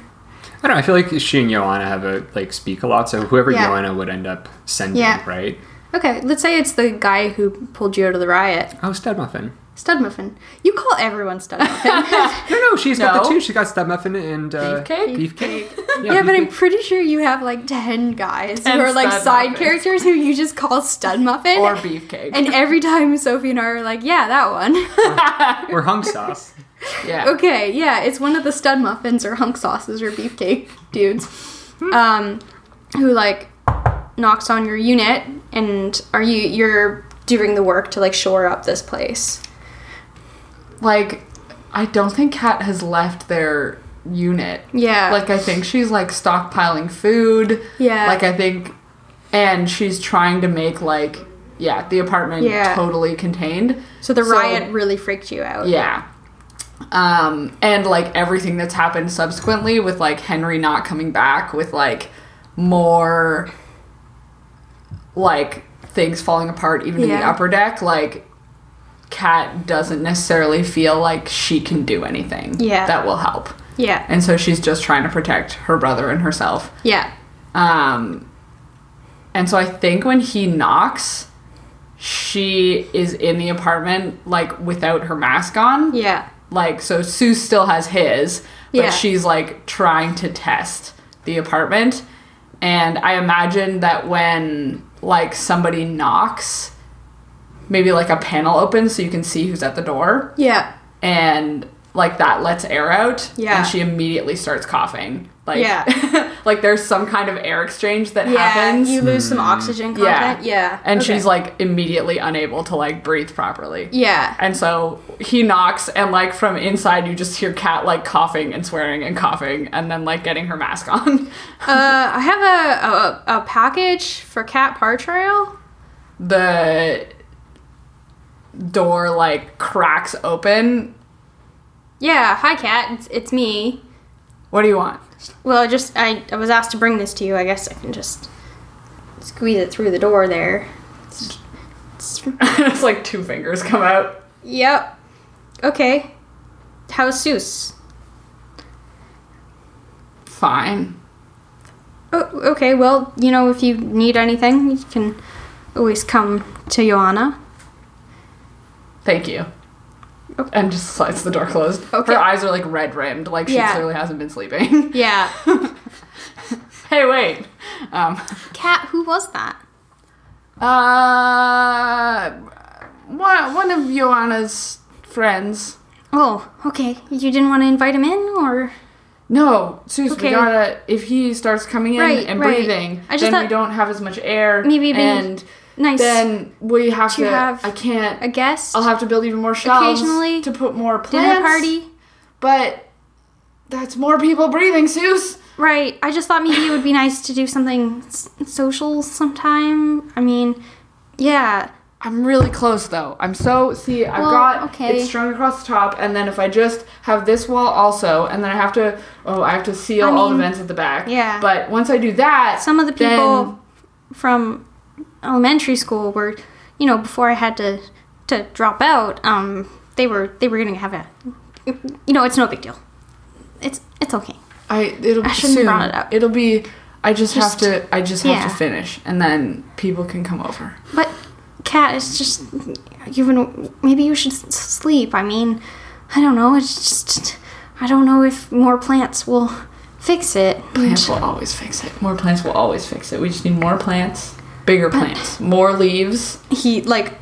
S1: I don't know. I feel like she and Joanna have a like speak a lot, so whoever
S2: Yeah.
S1: Joanna would end up sending,
S2: Yeah.
S1: right?
S2: Okay, let's say it's the guy who pulled you out of the riot,
S1: Oh, Studmuffin.
S2: Studmuffin. You call everyone
S3: *laughs*
S2: Studmuffin.
S1: No, no, she's got the
S3: No.
S1: two. She got Studmuffin and uh,
S3: Beefcake?
S1: Beefcake.
S2: yeah, but I'm
S1: Beefcake.
S2: pretty sure you have like ten guys
S3: And
S2: who are like
S3: Stud
S2: side
S3: Muffins.
S2: characters who you just call Studmuffin
S3: or beefcake.
S2: And every time Sophie and I are like, yeah, that one.
S1: or hung sauce.
S3: yeah.
S2: *laughs* okay, yeah, it's one of the stud muffins or hunk sauces or beefcake dudes. Um, who like knocks on your unit and are you you're doing the work to like shore up this place.
S3: Like, I don't think Kat has left their unit.
S2: Yeah.
S3: Like, I think she's like stockpiling food.
S2: Yeah.
S3: Like, I think, and she's trying to make like, yeah, the apartment
S2: Yeah.
S3: totally contained.
S2: so the riot really freaked you out.
S3: Yeah. Um, and like everything that's happened subsequently with like Henry not coming back, with like more like things falling apart even in the
S2: Yeah.
S3: upper deck, like Kat doesn't necessarily feel like she can do anything
S2: Yeah.
S3: that will help.
S2: Yeah.
S3: And so she's just trying to protect her brother and herself.
S2: Yeah.
S3: Um, and so I think when he knocks, she is in the apartment like without her mask on.
S2: Yeah.
S3: Like so, Sue still has his, but
S2: Yeah.
S3: she's like trying to test the apartment. And I imagine that when like somebody knocks, maybe like a panel opens so you can see who's at the door,
S2: Yeah.
S3: and like that lets air out.
S2: Yeah.
S3: and she immediately starts coughing. Like
S2: Yeah.
S3: *laughs* like there's some kind of air exchange that
S2: Yeah.
S3: happens.
S2: You lose some oxygen content. Yeah.
S3: Mm. And
S2: Okay.
S3: she's like immediately unable to like breathe properly.
S2: Yeah.
S3: And so he knocks, and like from inside, you just hear Kat like coughing and swearing and coughing, and then like getting her mask *laughs* on.
S2: Uh, I have a, a a package for Cat Partrail.
S3: the door like cracks open.
S2: Yeah, hi Kat, it's, it's me.
S3: What do you want? *laughs*
S2: Well, I just I, I was asked to bring this to you. I guess I can just squeeze it through the door
S3: *laughs*
S2: there. It's- it's-
S3: it's like two fingers come out.
S2: yep. Okay. How's Seuss?
S3: Fine.
S2: Oh, okay. Well, you know, if you need anything, you can always come to Joanna.
S3: Thank you.
S2: Okay.
S3: And just slides the door closed.
S2: Okay.
S3: Her eyes are like red rimmed, like she
S2: Yeah.
S3: clearly hasn't been sleeping. *laughs*
S2: Yeah.
S3: hey, wait. Um,
S2: Kat, who was that?
S3: uh, one, one of Joanna's friends.
S2: Oh, okay. You didn't want to invite him in, or
S3: No, Suze,
S2: Okay.
S3: we gotta. If he starts coming in
S2: Right,
S3: and
S2: right.
S3: breathing,
S2: I just
S3: then we
S2: thought-
S3: don't have as much air.
S2: Maybe it'd be
S3: and
S2: nice
S3: then we have
S2: to
S3: to.
S2: have
S3: I can't.
S2: a guest
S3: I'll have to build even more shelves
S2: Occasionally,
S3: to put more
S2: dinner
S3: plants.
S2: party?
S3: but that's more people breathing, Suze.
S2: Right. I just thought maybe it would be nice to do something s- social sometime. I mean, yeah.
S3: I'm really close though. I'm so see. I've
S2: Well,
S3: got
S2: okay.
S3: it's strung across the top, and then if I just have this wall also, and then I have to oh I have to seal
S2: I
S3: all the
S2: mean,
S3: vents at the back.
S2: yeah.
S3: But once I do that,
S2: Some of the
S3: then-
S2: people from elementary school were, you know, before I had to to drop out, um they were they were going to have a you know, it's no big deal. It's it's okay.
S3: I it'll
S2: I shouldn't
S3: be
S2: have
S3: soon.
S2: brought it up.
S3: It'll be. I just,
S2: Just-
S3: have to. I just have
S2: yeah.
S3: to finish, and then people can come over.
S2: But Kat, it's just you've been maybe you should s- sleep. I mean, I don't know. It's just I don't know if more plants will fix it. *laughs*
S3: Plants will always fix it. More plants will always fix it. We just need more plants, bigger plants, more leaves.
S2: he like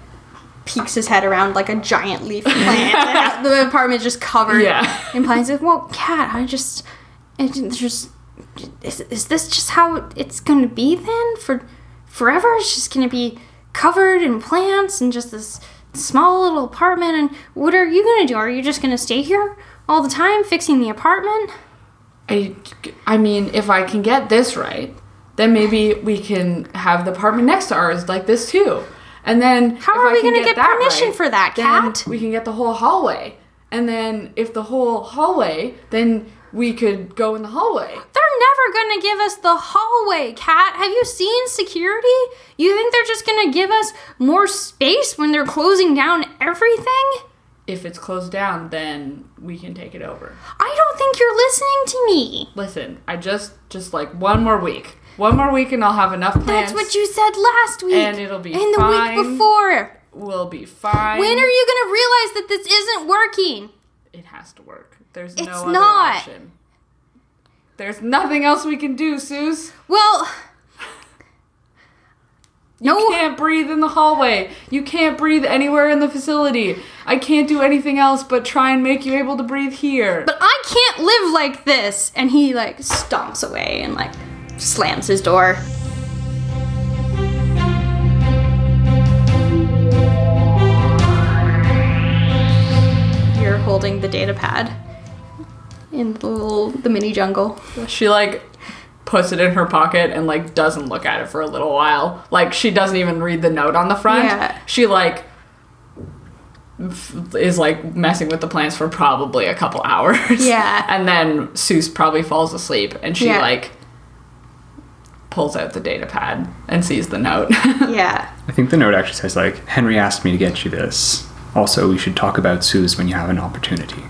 S2: peeks his head around like a giant
S3: *laughs*
S2: leaf plant. and the apartment just covered
S3: Yeah.
S4: *laughs*
S2: in plants. He's like, well, cat, I just, I ju- there's just, is, is this just how it's gonna be then for forever? It's just gonna be covered in plants and just this
S4: small little apartment, and what are you gonna do? Are you just gonna stay here all the time fixing the apartment?
S3: I, I mean, if I can get this right, then maybe we can have the apartment next to ours like this too. And then
S4: How
S3: if
S4: are
S3: I
S4: we
S3: can
S4: gonna get
S3: that
S4: permission for that,
S3: then
S4: Kat?
S3: We can get the whole hallway. And then if the whole hallway, then we could go in the hallway.
S4: They're never gonna give us the hallway, Kat. Have you seen security? You think they're just gonna give us more space when they're closing down everything?
S3: If it's closed down, then we can take it over.
S4: I don't think you're listening to me.
S3: Listen, I just just like one more week. One more week and I'll have enough plants.
S4: That's what you said last week.
S3: And it'll be
S4: And the
S3: fine.
S4: week before.
S3: We'll be fine.
S4: When are you gonna realize that this isn't working?
S3: It has to work. There's
S4: It's
S3: no other
S4: not.
S3: option. There's nothing else we can do, Suze.
S4: Well,
S3: You
S4: no.
S3: can't breathe in the hallway. You can't breathe anywhere in the facility. I can't do anything else but try and make you able to breathe here.
S4: but I can't live like this. And he like stomps away and like slams his door. You're holding the data pad in the little the mini jungle.
S3: she like puts it in her pocket and like doesn't look at it for a little while. Like she doesn't even read the note on the front.
S4: Yeah.
S3: She like f- is like messing with the plants for probably a couple *laughs* hours.
S4: Yeah.
S3: and then Seuss probably falls asleep and she
S4: Yeah.
S3: like pulls out the data pad and sees the note. *laughs*
S4: *laughs* Yeah.
S1: I think the note actually says like Henry asked me to get you this. Also, we should talk about Sue's when you have an opportunity.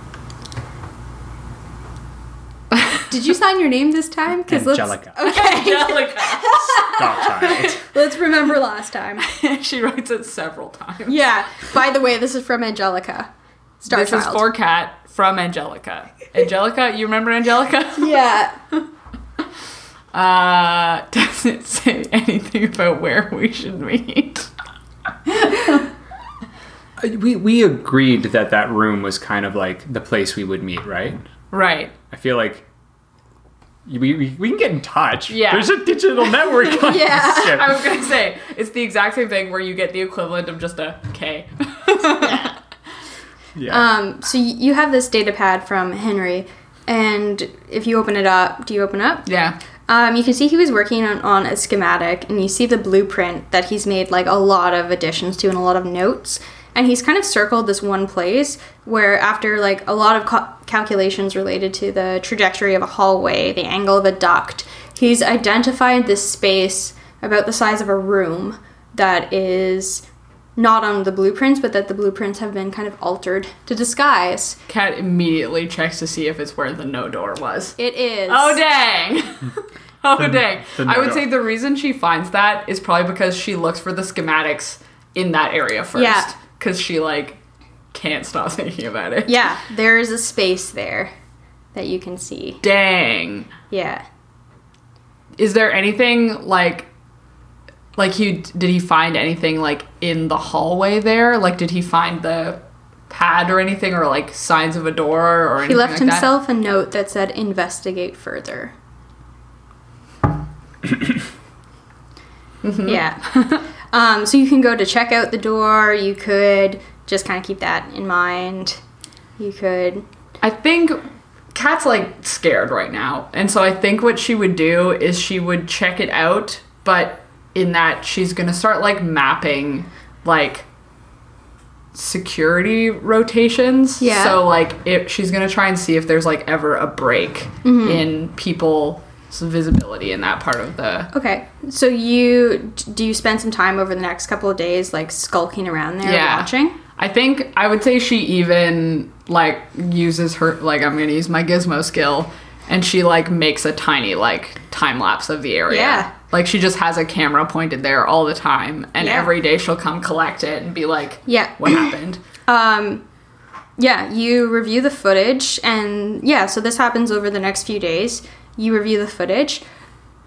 S4: Did you sign your name this time? Because
S1: Angelica.
S4: *laughs* Okay. *laughs*
S1: Stop
S3: *laughs*
S1: child.
S4: let's remember last time.
S3: she writes it several times.
S4: *laughs* Yeah. By the way, this is from Angelica. Star
S3: This is for Cat from Angelica. Angelica, you remember Angelica?
S4: *laughs* yeah.
S3: Uh, *laughs* doesn't say anything about where we should meet.
S1: We we agreed that that room was kind of like the place we would meet, right?
S3: Right.
S1: I feel like we, we, we can get in touch.
S3: Yeah.
S1: There's a digital
S2: *laughs*
S1: network on *laughs*
S4: Yeah.
S1: this ship.
S3: I was gonna say it's the exact same thing where you get the equivalent of just a K. *laughs*
S1: yeah.
S4: Um, so y- you have this data pad from Henry, and if you open it up, do you open up?
S3: yeah.
S4: Um, you can see he was working on, on a schematic, and you see the blueprint that he's made like a lot of additions to and a lot of notes. And he's kind of circled this one place where, after like a lot of ca- calculations related to the trajectory of a hallway, the angle of a duct, he's identified this space about the size of a room that is not on the blueprints, but that the blueprints have been kind of altered to disguise.
S3: Cat immediately checks to see if it's where the no door was.
S4: It is.
S3: Oh
S1: *laughs*
S3: dang. Oh dang.
S1: the no
S3: I would
S1: door.
S3: say the reason she finds that is probably because she looks for the schematics in that area first.
S4: Yeah.
S3: Cause she like can't stop thinking about it.
S4: Yeah, there is a space there that you can see.
S3: Dang.
S4: Yeah.
S3: is there anything like like he did he find anything like in the hallway there like did he find the pad or anything or like signs of a door or
S4: He
S3: anything
S4: left
S3: like
S4: himself a note that said,
S3: *coughs*
S4: investigate further.
S3: Mm-hmm.
S4: Yeah. *laughs* Um, so you can go to check out the door. You could just kind of keep that in mind. You could.
S3: that? i think kat's like scared right now and so i think what she would do is she would check it out but in that she's gonna start like mapping like security rotations
S4: Yeah.
S3: so like if she's gonna try and see if there's like ever a break in people's visibility in that part of the
S4: Okay. So you. Do you spend some time over the next couple of days, like skulking around there
S3: Yeah.
S4: watching?
S3: I think I would say she even like uses her like I'm gonna use my gizmo skill and she like makes a tiny like time lapse of the area.
S4: Yeah.
S3: Like she just has a camera pointed there all the time and
S4: Yeah.
S3: every day she'll come collect it and be like
S4: Yeah.
S3: what happened?
S4: Um, yeah, you review the footage, and yeah, so this happens over the next few days. You review the footage.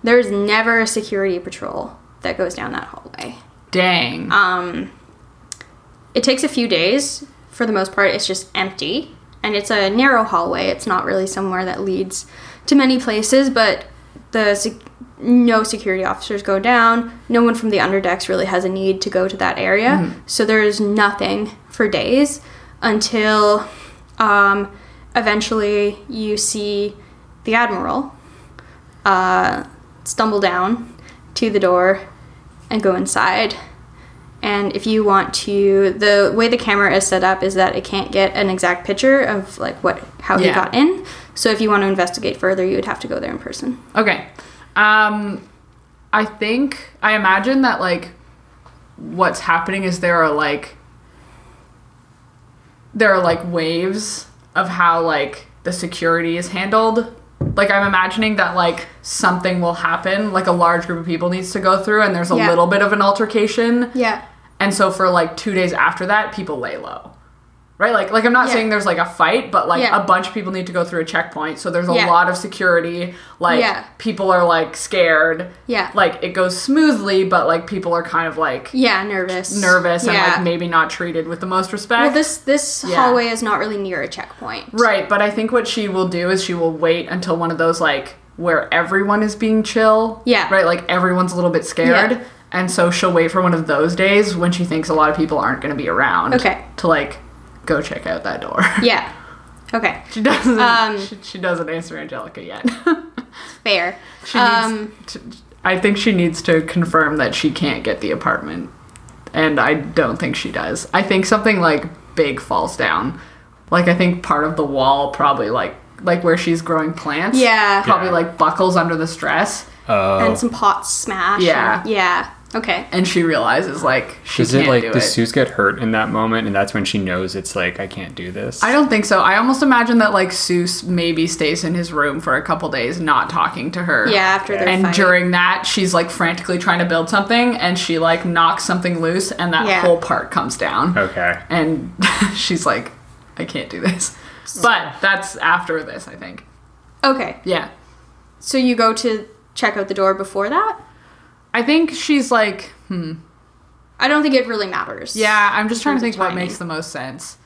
S4: There's never a security patrol that goes down that hallway. *clears throat*
S3: Dang.
S4: It takes a few days. For the most part, it's just empty, and it's a narrow hallway. It's not really somewhere that leads to many places, but the sec- no security officers go down. No one from the underdecks really has a need to go to that area. So there is nothing for days until um, eventually you see the Admiral uh, stumble down to the door and go inside. And if you want to, the way the camera is set up is that it can't get an exact picture of like what how he
S3: Yeah.
S4: got in. So if you want to investigate further, you would have to go there in person.
S3: Okay. Um I think I imagine that like what's happening is there are like there are like waves of how like the security is handled. Like I'm imagining that like something will happen, like a large group of people needs to go through and there's a
S4: Yeah.
S3: little bit of an altercation.
S4: Yeah.
S3: And so for like 2 days after that, people lay low. Right? Like like I'm not
S4: Yeah.
S3: saying there's like a fight, but like a
S4: Yeah.
S3: bunch of people need to go through a checkpoint. So there's a
S4: Yeah.
S3: lot of security. Like
S4: Yeah.
S3: people are like scared.
S4: Yeah.
S3: Like it goes smoothly, but like people are kind of like
S4: Yeah, nervous.
S3: nervous
S4: yeah.
S3: and like maybe not treated with the most respect.
S4: Well, this this
S3: Yeah.
S4: hallway is not really near a checkpoint.
S3: Right, but I think what she will do is she will wait until one of those like where everyone is being chill.
S4: Yeah.
S3: Right, like everyone's a little bit scared.
S4: Yeah.
S3: And so she'll wait for one of those days when she thinks a lot of people aren't gonna be around.
S4: Okay.
S3: To like go check out that door.
S4: Yeah. Okay.
S3: *laughs* she doesn't
S4: Um,
S3: she, she doesn't answer Angelica yet. *laughs*
S4: Fair.
S3: she needs
S4: Um,
S3: to, I think she needs to confirm that she can't get the apartment. And I don't think she does. I think something like big falls down. Like I think part of the wall probably like like where she's growing plants.
S4: Yeah.
S3: Probably
S1: Yeah.
S3: like buckles under the stress
S4: and some pots smash.
S3: Yeah.
S4: and- yeah. Okay.
S3: and she realizes like she
S1: Does
S3: can't
S1: it like
S3: do
S1: does
S3: it.
S1: Suze get hurt in that moment, and that's when she knows it's like I can't do this?
S3: I don't think so. I almost imagine that like Seuss maybe stays in his room for a couple days not talking to her.
S4: Yeah. After their
S3: and
S4: fight.
S3: during that she's like frantically trying to build something and she like knocks something loose and that
S4: Yeah.
S3: whole part comes down
S1: Okay.
S3: and *laughs* she's like i can't do this but that's after this i think
S4: okay.
S3: yeah
S4: So you go to check out the door before that.
S3: i think she's like hmm,
S4: I don't think it really matters.
S3: yeah i'm just trying to think
S4: Terms of
S3: what
S4: timing.
S3: makes the most sense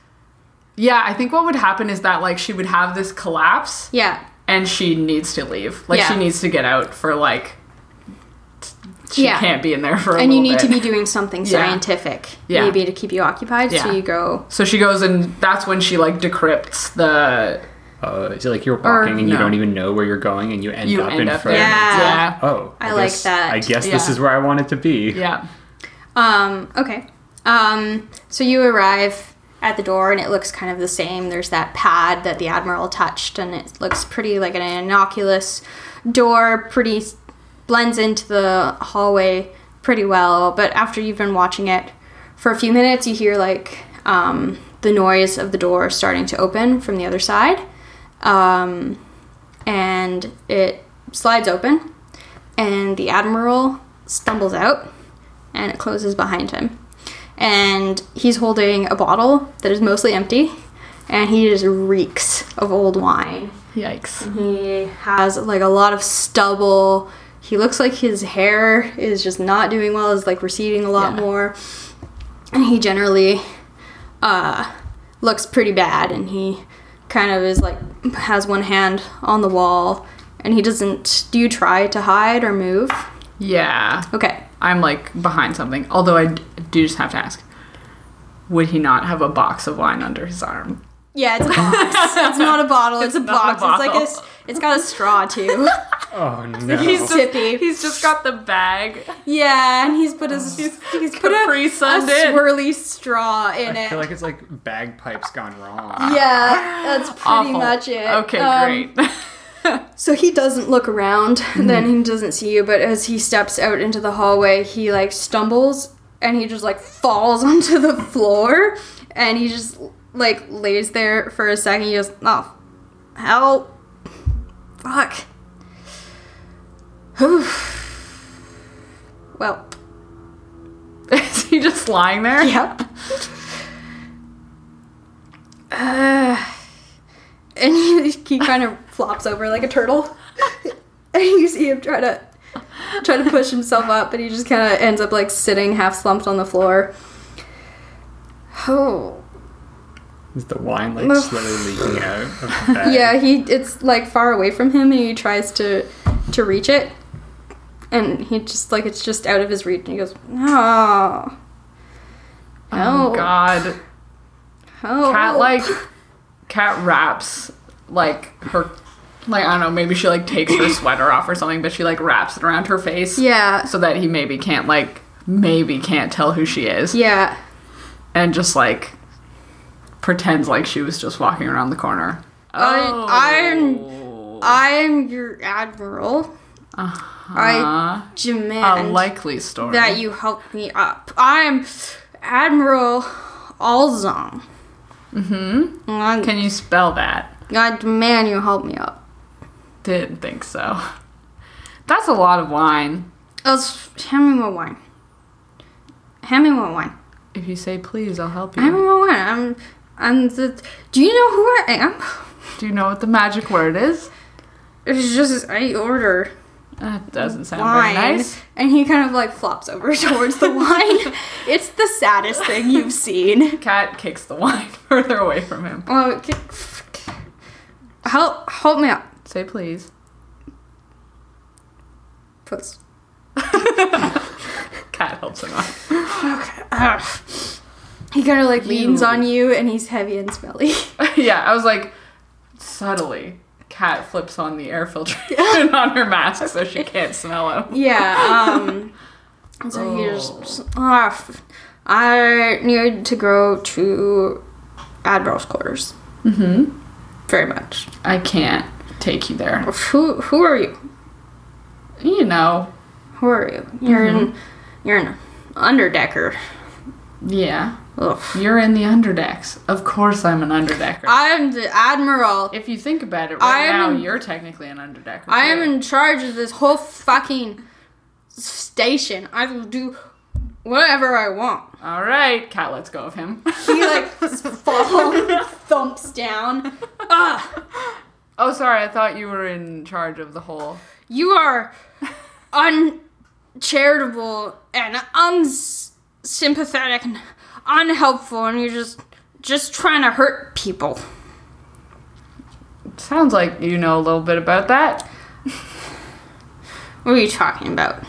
S3: yeah i think what would happen is that like she would have this collapse
S4: Yeah.
S3: and she needs to leave like she
S4: Yeah.
S3: needs to get out for like t- she
S4: Yeah.
S3: can't be in there for a
S4: And you
S3: little
S4: need to
S3: bit.
S4: be doing
S3: *laughs*
S4: something
S3: Yeah.
S4: scientific,
S3: Yeah.
S4: maybe to keep you occupied.
S3: Yeah.
S4: So you go.
S3: So she goes and that's when she like decrypts the
S1: Uh, is it like you're walking and you
S3: no.
S1: don't even know where you're going, and you end
S3: you
S1: up
S3: end
S1: in
S3: up
S1: front?
S3: there.
S4: Yeah.
S1: Oh,
S4: I like
S1: guess-
S4: that.
S1: I guess this
S3: Yeah.
S1: is where I wanted to be.
S3: Yeah.
S4: Um. Okay. Um. So you arrive at the door and it looks kind of the same. There's that pad that the admiral touched and it looks pretty like an innocuous door. Pretty s- blends into the hallway pretty well. But after you've been watching it for a few minutes, you hear like um, the noise of the door starting to open from the other side. Um, and it slides open, and the admiral stumbles out, and it closes behind him. And he's holding a bottle that is mostly empty, and he just reeks of old wine.
S3: Yikes.
S4: He has like a lot of stubble. He looks like his hair is just not doing well, is like receding a lot
S3: Yeah.
S4: more. And he generally uh, looks pretty bad and he kind of is like has one hand on the wall and he doesn't. Do you try to hide or move?
S3: Yeah.
S4: Okay.
S3: I'm like behind something. Although I d- do just have to ask would he not have a box of wine under his arm?
S4: Yeah, *laughs* it's a box. it's not a bottle. It's, a
S3: not a
S4: box. It's like a. s- It's got a straw too.
S1: *laughs*
S3: *laughs*
S1: Oh no.
S4: *laughs* He's sippy.
S3: He's just got the bag.
S4: yeah, and he's put a s- he's, put a,
S3: Capri
S4: a
S3: Sunned it.
S4: swirly straw in
S1: I
S4: it.
S1: feel like it's like bagpipes gone
S3: *laughs*
S1: wrong.
S4: Yeah, that's pretty
S3: *laughs* Awful.
S4: much it.
S3: Okay,
S4: Um,
S3: great. *laughs*
S4: So he doesn't look around, *laughs* then he doesn't see you, but as he steps out into the hallway, he like stumbles and he just like falls *laughs* onto the floor and he just like lays there for a second. He goes, Oh, help. Fuck. *sighs* Whew. well, *laughs*
S3: Is he just lying there?
S4: Yep. uh, and *laughs* he, he kind of flops over like a turtle. *laughs* and you see him try to try to push himself up, but he just kind of ends up like sitting half slumped on the floor. Oh.
S1: Is the wine like
S4: No.
S1: slowly leaking out
S3: *laughs*
S1: of the bag?
S4: Yeah, he it's like far away from him and he tries to to reach it. and he just like it's just out of his reach, and he goes, "No,
S3: Oh,
S4: no,
S3: God.
S4: oh,
S3: Cat like cat wraps like her like I don't know, maybe she like takes
S4: *laughs*
S3: her sweater off or something, but she like wraps it around her face.
S4: yeah,
S3: So that he maybe can't like maybe can't tell who she is.
S4: yeah,
S3: And just like pretends like she was just walking around the corner. Oh.
S4: I- I'm- I'm your admiral.
S3: Uh-huh.
S4: I
S3: a
S4: demand
S3: likely story.
S4: that you help me up. I'm Admiral Alzong. Mm-hmm. I,
S3: Can you spell that?
S4: I demand you help me up.
S3: Didn't think so. That's a lot of wine.
S4: Let's Oh, hand me more wine. Hand me more wine.
S3: If you say please, I'll help
S4: Hand
S3: you.
S4: me more wine. I'm. I'm the. Do you know who I am?
S3: Do you know what the magic word is?
S4: It's just I order
S3: That doesn't sound
S4: wine,
S3: very nice.
S4: and he kind of like flops over *laughs* towards
S3: *laughs*
S4: the wine. It's the saddest thing you've seen.
S3: Cat kicks the *laughs* wine further away from him.
S4: Well, k- help! Help me up,
S3: Say please.
S4: please.
S3: Cat helps him out. *laughs*
S4: Ugh. He kind of like leans
S3: You.
S4: on Ah. you, and he's heavy and smelly.
S3: yeah, I was like, subtly, Cat flips on the air filtration *laughs* on her mask so she can't smell him.
S4: *laughs* yeah. Um. and *laughs* So he just. Ah, I need to go to admiral's quarters. Mm-hmm. Very much.
S3: I can't take you there.
S4: Who Who are you?
S3: You know,
S4: Who are you? You're an You're an underdecker.
S3: yeah.
S4: Ugh.
S3: You're in the underdecks. Of course I'm an underdecker.
S4: I'm the admiral.
S3: if you think about it,
S4: I
S3: right now
S4: am-
S3: you're technically an underdecker.
S4: I am
S3: too.
S4: in charge of this whole fucking station. I will do whatever I want.
S3: All right, Cat lets go of him. *laughs*
S4: He like falls, thumps down. Ugh,
S3: oh, sorry. I thought you were in charge of the whole.
S4: you are uncharitable and unsympathetic and unhelpful, and you're just just trying to hurt people.
S3: Sounds like you know a little bit about that.
S4: What are you talking about?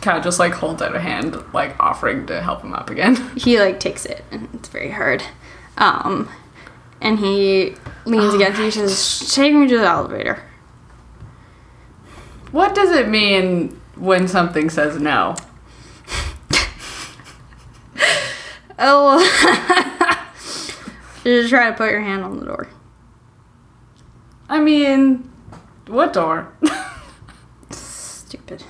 S3: Cat just like holds out a hand, like offering to help him up again. *laughs*
S4: He like takes it, and it's very hard. Um, and he leans against you and says, "Take me to the elevator."
S3: What does it mean when something says no?
S4: Oh, *laughs* you just try to put your hand on the door.
S3: I mean, what door? *laughs*
S4: Stupid.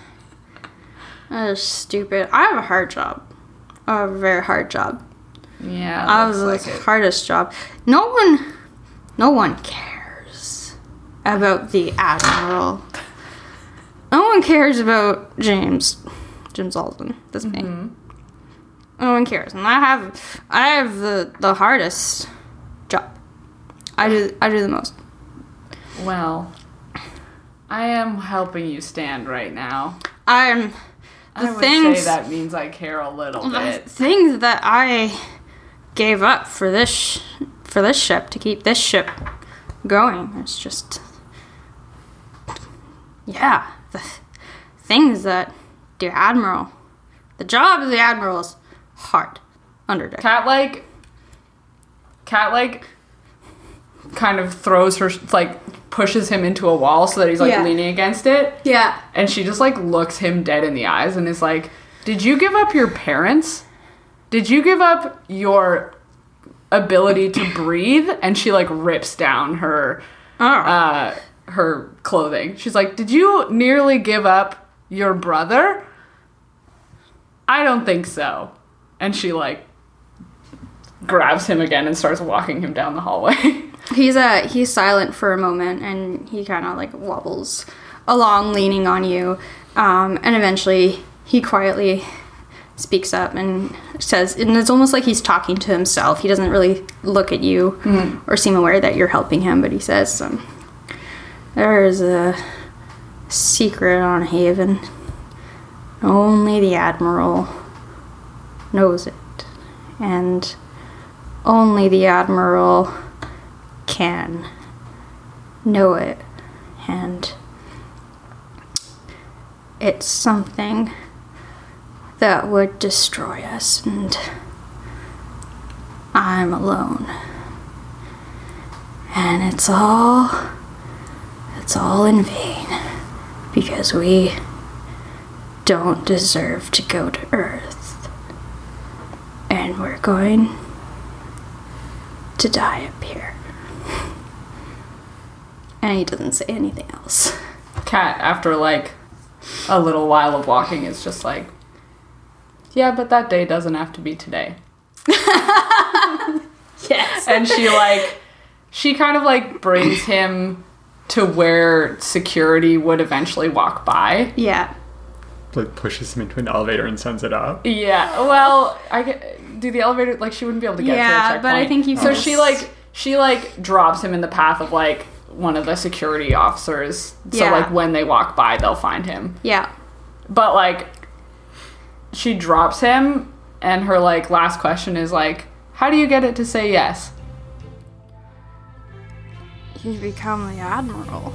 S4: That is stupid. I have a hard job. I have a very hard job.
S3: yeah,
S4: I
S3: looks
S4: was
S3: like
S4: the
S3: it.
S4: hardest job. No one, no one cares about the admiral. No one cares about James, James Alden. That's me.
S3: Mm-hmm.
S4: No one cares, and I have, I have the the hardest job. I do, I do the most.
S3: Well, I am helping you stand right now.
S4: I'm the
S3: I would
S4: things
S3: say that means I care a
S4: *laughs*
S3: little
S4: the
S3: bit.
S4: things that I gave up for this sh- for this ship to keep this ship going. It's just yeah, the things that the admiral, the job of the admiral is hard. Underdeck.
S3: Cat like, cat like, kind of throws her like pushes him into a wall so that he's like
S4: Yeah.
S3: leaning against it,
S4: Yeah.
S3: and she just like looks him dead in the eyes and is like, "Did you give up your parents? Did you give up your ability to breathe?" And she like rips down her
S4: Oh.
S3: uh her clothing. She's like, "Did you nearly give up your brother?" I don't think so. And she like grabs him again and starts walking him down the hallway. *laughs*
S4: He's uh he's silent for a moment and he kind of like wobbles along leaning on you um, and eventually he quietly speaks up and says and it's almost like he's talking to himself he doesn't really look at you or seem aware that you're helping him but he says um, there is a secret on haven only the admiral knows it and only the admiral can know it and it's something that would destroy us, and I'm alone. And it's all. it's all in vain. Because we don't deserve to go to Earth. And we're going to die up here. And he doesn't say anything else.
S3: Cat, after like a little while of walking, is just like, yeah, but that day doesn't have to be today.
S4: Yes.
S3: and she like she kind of like brings him to where security would eventually walk by.
S4: *laughs* Yeah.
S1: Like pushes him into an elevator and sends it up.
S3: Yeah. Well, I get, do the elevator like she wouldn't be able to get to
S4: Yeah,
S3: the checkpoint.
S4: but I think he
S3: so she
S4: feels-
S3: like she like drops him in the path of like one of the security officers. So
S4: Yeah.
S3: like when they walk by, they'll find him.
S4: Yeah.
S3: But like she drops him and her like last question is like, "How do you get it to say yes?"
S4: He's become the admiral.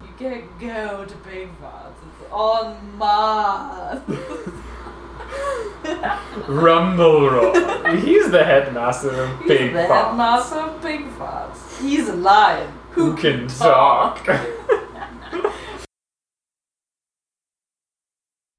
S6: You can't go to Big Boss. It's on Mars.
S1: Rumble roll.
S3: *laughs*
S1: He's the headmaster of Big
S6: the
S1: Boss.
S6: headmaster of Big Boss. He's a lion.
S3: *laughs*
S1: Who can talk?